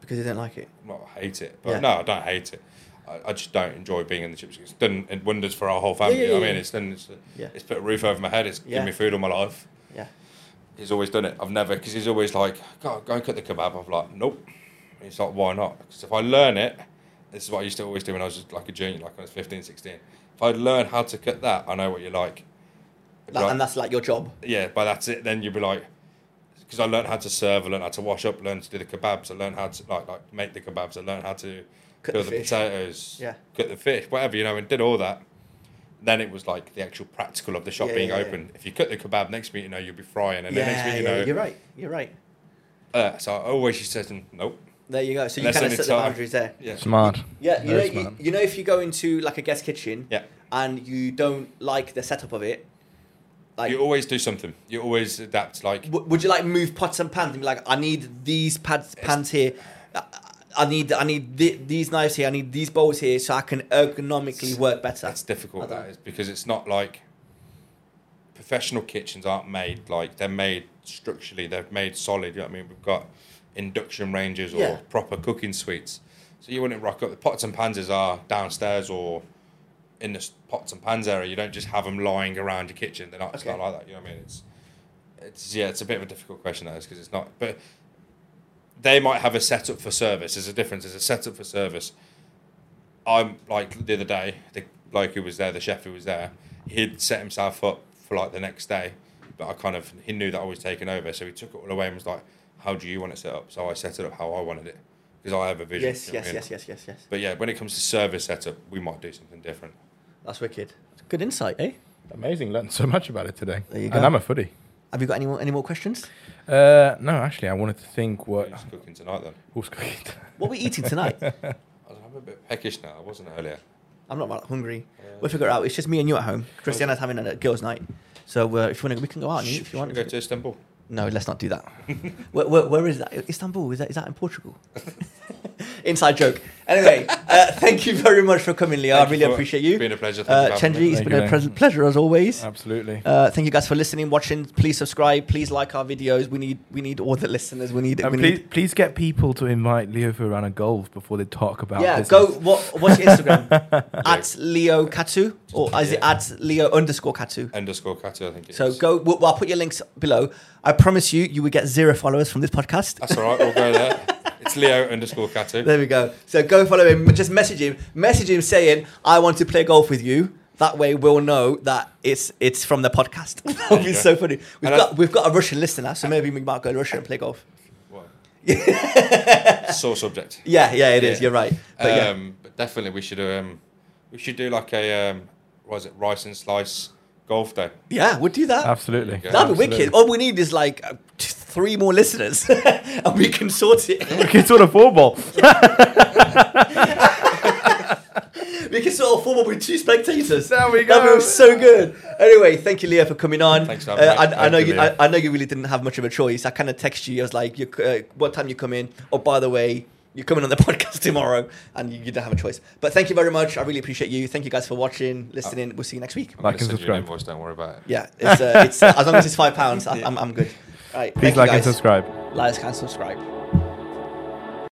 Speaker 1: because they don't like it.
Speaker 3: Not I hate it, but
Speaker 1: Yeah.
Speaker 3: no, I don't hate it. I, I just don't enjoy being in the chip shop. It's done it wonders for our whole family.
Speaker 1: yeah,
Speaker 3: you know what
Speaker 1: yeah.
Speaker 3: I mean, it's done. It's,
Speaker 1: Yeah.
Speaker 3: it's put a roof over my head. It's
Speaker 1: Yeah.
Speaker 3: given me food all my life.
Speaker 1: Yeah.
Speaker 3: he's always done it. I've never because he's always like, go, go and cut the kebab. I'm like, nope. And he's like, why not? Because if I learn it, this is what I used to always do when I was just like a junior, like when I was 15, 16. If I learn how to cut that, I know what you like. I'd be
Speaker 1: Like,
Speaker 3: like,
Speaker 1: and that's like your job.
Speaker 3: yeah, but that's it. Then you'd be like, because I learned how to serve, I learned how to wash up, learned to do the kebabs, I learned how to like like make the kebabs, I learned how to
Speaker 1: Cut
Speaker 3: peel
Speaker 1: the
Speaker 3: the,
Speaker 1: fish.
Speaker 3: potatoes,
Speaker 1: Yeah.
Speaker 3: cut the fish, whatever you know, and did all that. Then it was like the actual practical of the shop
Speaker 1: Yeah,
Speaker 3: being
Speaker 1: yeah, yeah.
Speaker 3: open. If you cut the kebab, next week you know you'll be frying, and
Speaker 1: yeah,
Speaker 3: then next week you
Speaker 1: yeah,
Speaker 3: know
Speaker 1: you're right. You're right.
Speaker 3: uh, so I always used to say, to them, nope.
Speaker 1: There you go. So you
Speaker 3: Unless
Speaker 1: kind of
Speaker 3: any
Speaker 1: set the
Speaker 3: time-
Speaker 1: boundaries there.
Speaker 3: Yeah.
Speaker 2: Smart.
Speaker 1: Yeah, you know,
Speaker 2: Very
Speaker 1: you,
Speaker 2: smart.
Speaker 1: you know, if you go into like a guest kitchen,
Speaker 3: Yeah.
Speaker 1: and you don't like the setup of it, like,
Speaker 3: You always do something. You always adapt. Like,
Speaker 1: w- would you like move pots and pans and be like, I need these pads, pans here, I- I need, I need th- these knives here, I need these bowls here, so I can ergonomically work better.
Speaker 3: that's difficult,
Speaker 1: I don't-
Speaker 3: that is, because it's not like professional kitchens aren't made like they're made structurally, they're made solid. You know what I mean? We've got induction ranges or
Speaker 1: Yeah.
Speaker 3: proper cooking suites. So you wouldn't rock up. The pots and pans is are downstairs or in the s- pots and pans area. You don't just have them lying around your kitchen. They're not, it's
Speaker 1: Okay.
Speaker 3: not like that. You know what I mean? It's, it's yeah, it's a bit of a difficult question that is because it's not. But they might have a setup for service. There's a difference. There's a setup for service. I'm like the other day, the bloke who was there, the chef who was there, he'd set himself up for like the next day, but I kind of he knew that I was taking over, so he took it all away and was like, "How do you want it set up?" So I set it up how I wanted it because I have a vision.
Speaker 1: yes,
Speaker 3: you know what
Speaker 1: yes,
Speaker 3: I mean?
Speaker 1: yes, yes, yes, yes.
Speaker 3: But yeah, when it comes to service setup, we might do something different.
Speaker 1: That's wicked. Good insight, eh?
Speaker 2: Amazing. Learned so much about it today.
Speaker 1: There you
Speaker 2: and
Speaker 1: go.
Speaker 2: I'm a footy.
Speaker 1: Have you got any more, any more questions?
Speaker 2: Uh, no, actually, I wanted to think what
Speaker 3: Who's cooking tonight then?
Speaker 2: who's cooking.
Speaker 1: What are we eating tonight?
Speaker 3: I'm a bit peckish now. I wasn't earlier.
Speaker 1: I'm not that hungry.
Speaker 3: Yeah.
Speaker 1: We'll figure it out. It's just me and you at home. Christiana's having a girls' night. So uh, if you want to, we can go out and eat if you
Speaker 3: Should we
Speaker 1: want.
Speaker 3: go to Istanbul?
Speaker 1: No, let's not do that. where, where, where is that? Istanbul? Is that, is that in Portugal? Inside joke. Anyway, uh, thank you very much for coming, Leo.
Speaker 3: Thank
Speaker 1: I
Speaker 3: you
Speaker 1: really
Speaker 3: for-
Speaker 1: appreciate you.
Speaker 3: it's been a pleasure. Thank
Speaker 1: Uh,
Speaker 3: you for having
Speaker 1: Chenji,
Speaker 3: me. Um,
Speaker 1: it's
Speaker 2: Thank
Speaker 1: been a
Speaker 2: you,
Speaker 1: pleas-
Speaker 2: mate.
Speaker 1: pleasure as always.
Speaker 2: Absolutely.
Speaker 1: Uh, thank you guys for listening, watching. Please subscribe. Please like our videos. We need we need all the listeners. We need.
Speaker 3: Um,
Speaker 2: and
Speaker 1: we
Speaker 2: please,
Speaker 1: need
Speaker 2: please get people to invite Leo for a round of golf before they talk
Speaker 3: Oh,
Speaker 2: about.
Speaker 1: yeah,
Speaker 2: business.
Speaker 1: go. What, what's your Instagram? at Leo Katu or is it
Speaker 3: Yeah. Oh,
Speaker 1: at Leo underscore Katu?
Speaker 3: Underscore Katu, I think it is.
Speaker 1: So go. Well, I'll put your links below. I promise you, you will get zero followers from this podcast.
Speaker 3: That's all right. We'll go there. It's Leo underscore Katu.
Speaker 1: There we go. So go follow him. Just message him. Message him saying, "I want to play golf with you." That way, we'll know that it's it's from the podcast. that would be
Speaker 3: Yeah.
Speaker 1: so funny. We've
Speaker 3: And I-
Speaker 1: got we've got a Russian listener, so maybe we might go to Russia and play golf.
Speaker 3: Well, sore subject.
Speaker 1: Yeah, yeah, it is.
Speaker 3: Yeah.
Speaker 1: You're right. But yeah,
Speaker 3: um, but definitely we should um, we should do like a um, what is it rice and slice golf day.
Speaker 1: yeah, we'll do that.
Speaker 2: Absolutely.
Speaker 3: That'd
Speaker 1: That'd be
Speaker 2: Absolutely.
Speaker 1: wicked. All we need is like uh, t- three more listeners, and we can sort it.
Speaker 2: We can sort of four ball.
Speaker 1: We can sort of form up with two spectators.
Speaker 2: There we
Speaker 1: That
Speaker 2: go.
Speaker 1: was so good. Anyway, thank you, Leah, for coming on.
Speaker 3: Thanks for
Speaker 1: uh,
Speaker 3: having me.
Speaker 1: I, I
Speaker 3: Thank
Speaker 1: know
Speaker 3: you,
Speaker 1: you.
Speaker 3: Leah.
Speaker 1: I, I know you really didn't have much of a choice. I kind of text you. I was like, you, uh, "What time you come in?" Oh, by the way, you're coming on the podcast tomorrow, and you, you don't have a choice. But thank you very much. I really appreciate you. Thank you guys for watching,
Speaker 3: Uh,
Speaker 1: listening. We'll see you next week.
Speaker 3: I'm
Speaker 2: Like
Speaker 3: gonna
Speaker 2: and
Speaker 3: send you
Speaker 2: subscribe.
Speaker 3: an Invoice, don't worry about it.
Speaker 1: Yeah, uh, it's, uh, it's as long as it's five pounds, I, I'm, I'm good. All right,
Speaker 2: Please
Speaker 1: thank you
Speaker 2: like and
Speaker 1: guys.
Speaker 2: subscribe.
Speaker 1: Like and subscribe.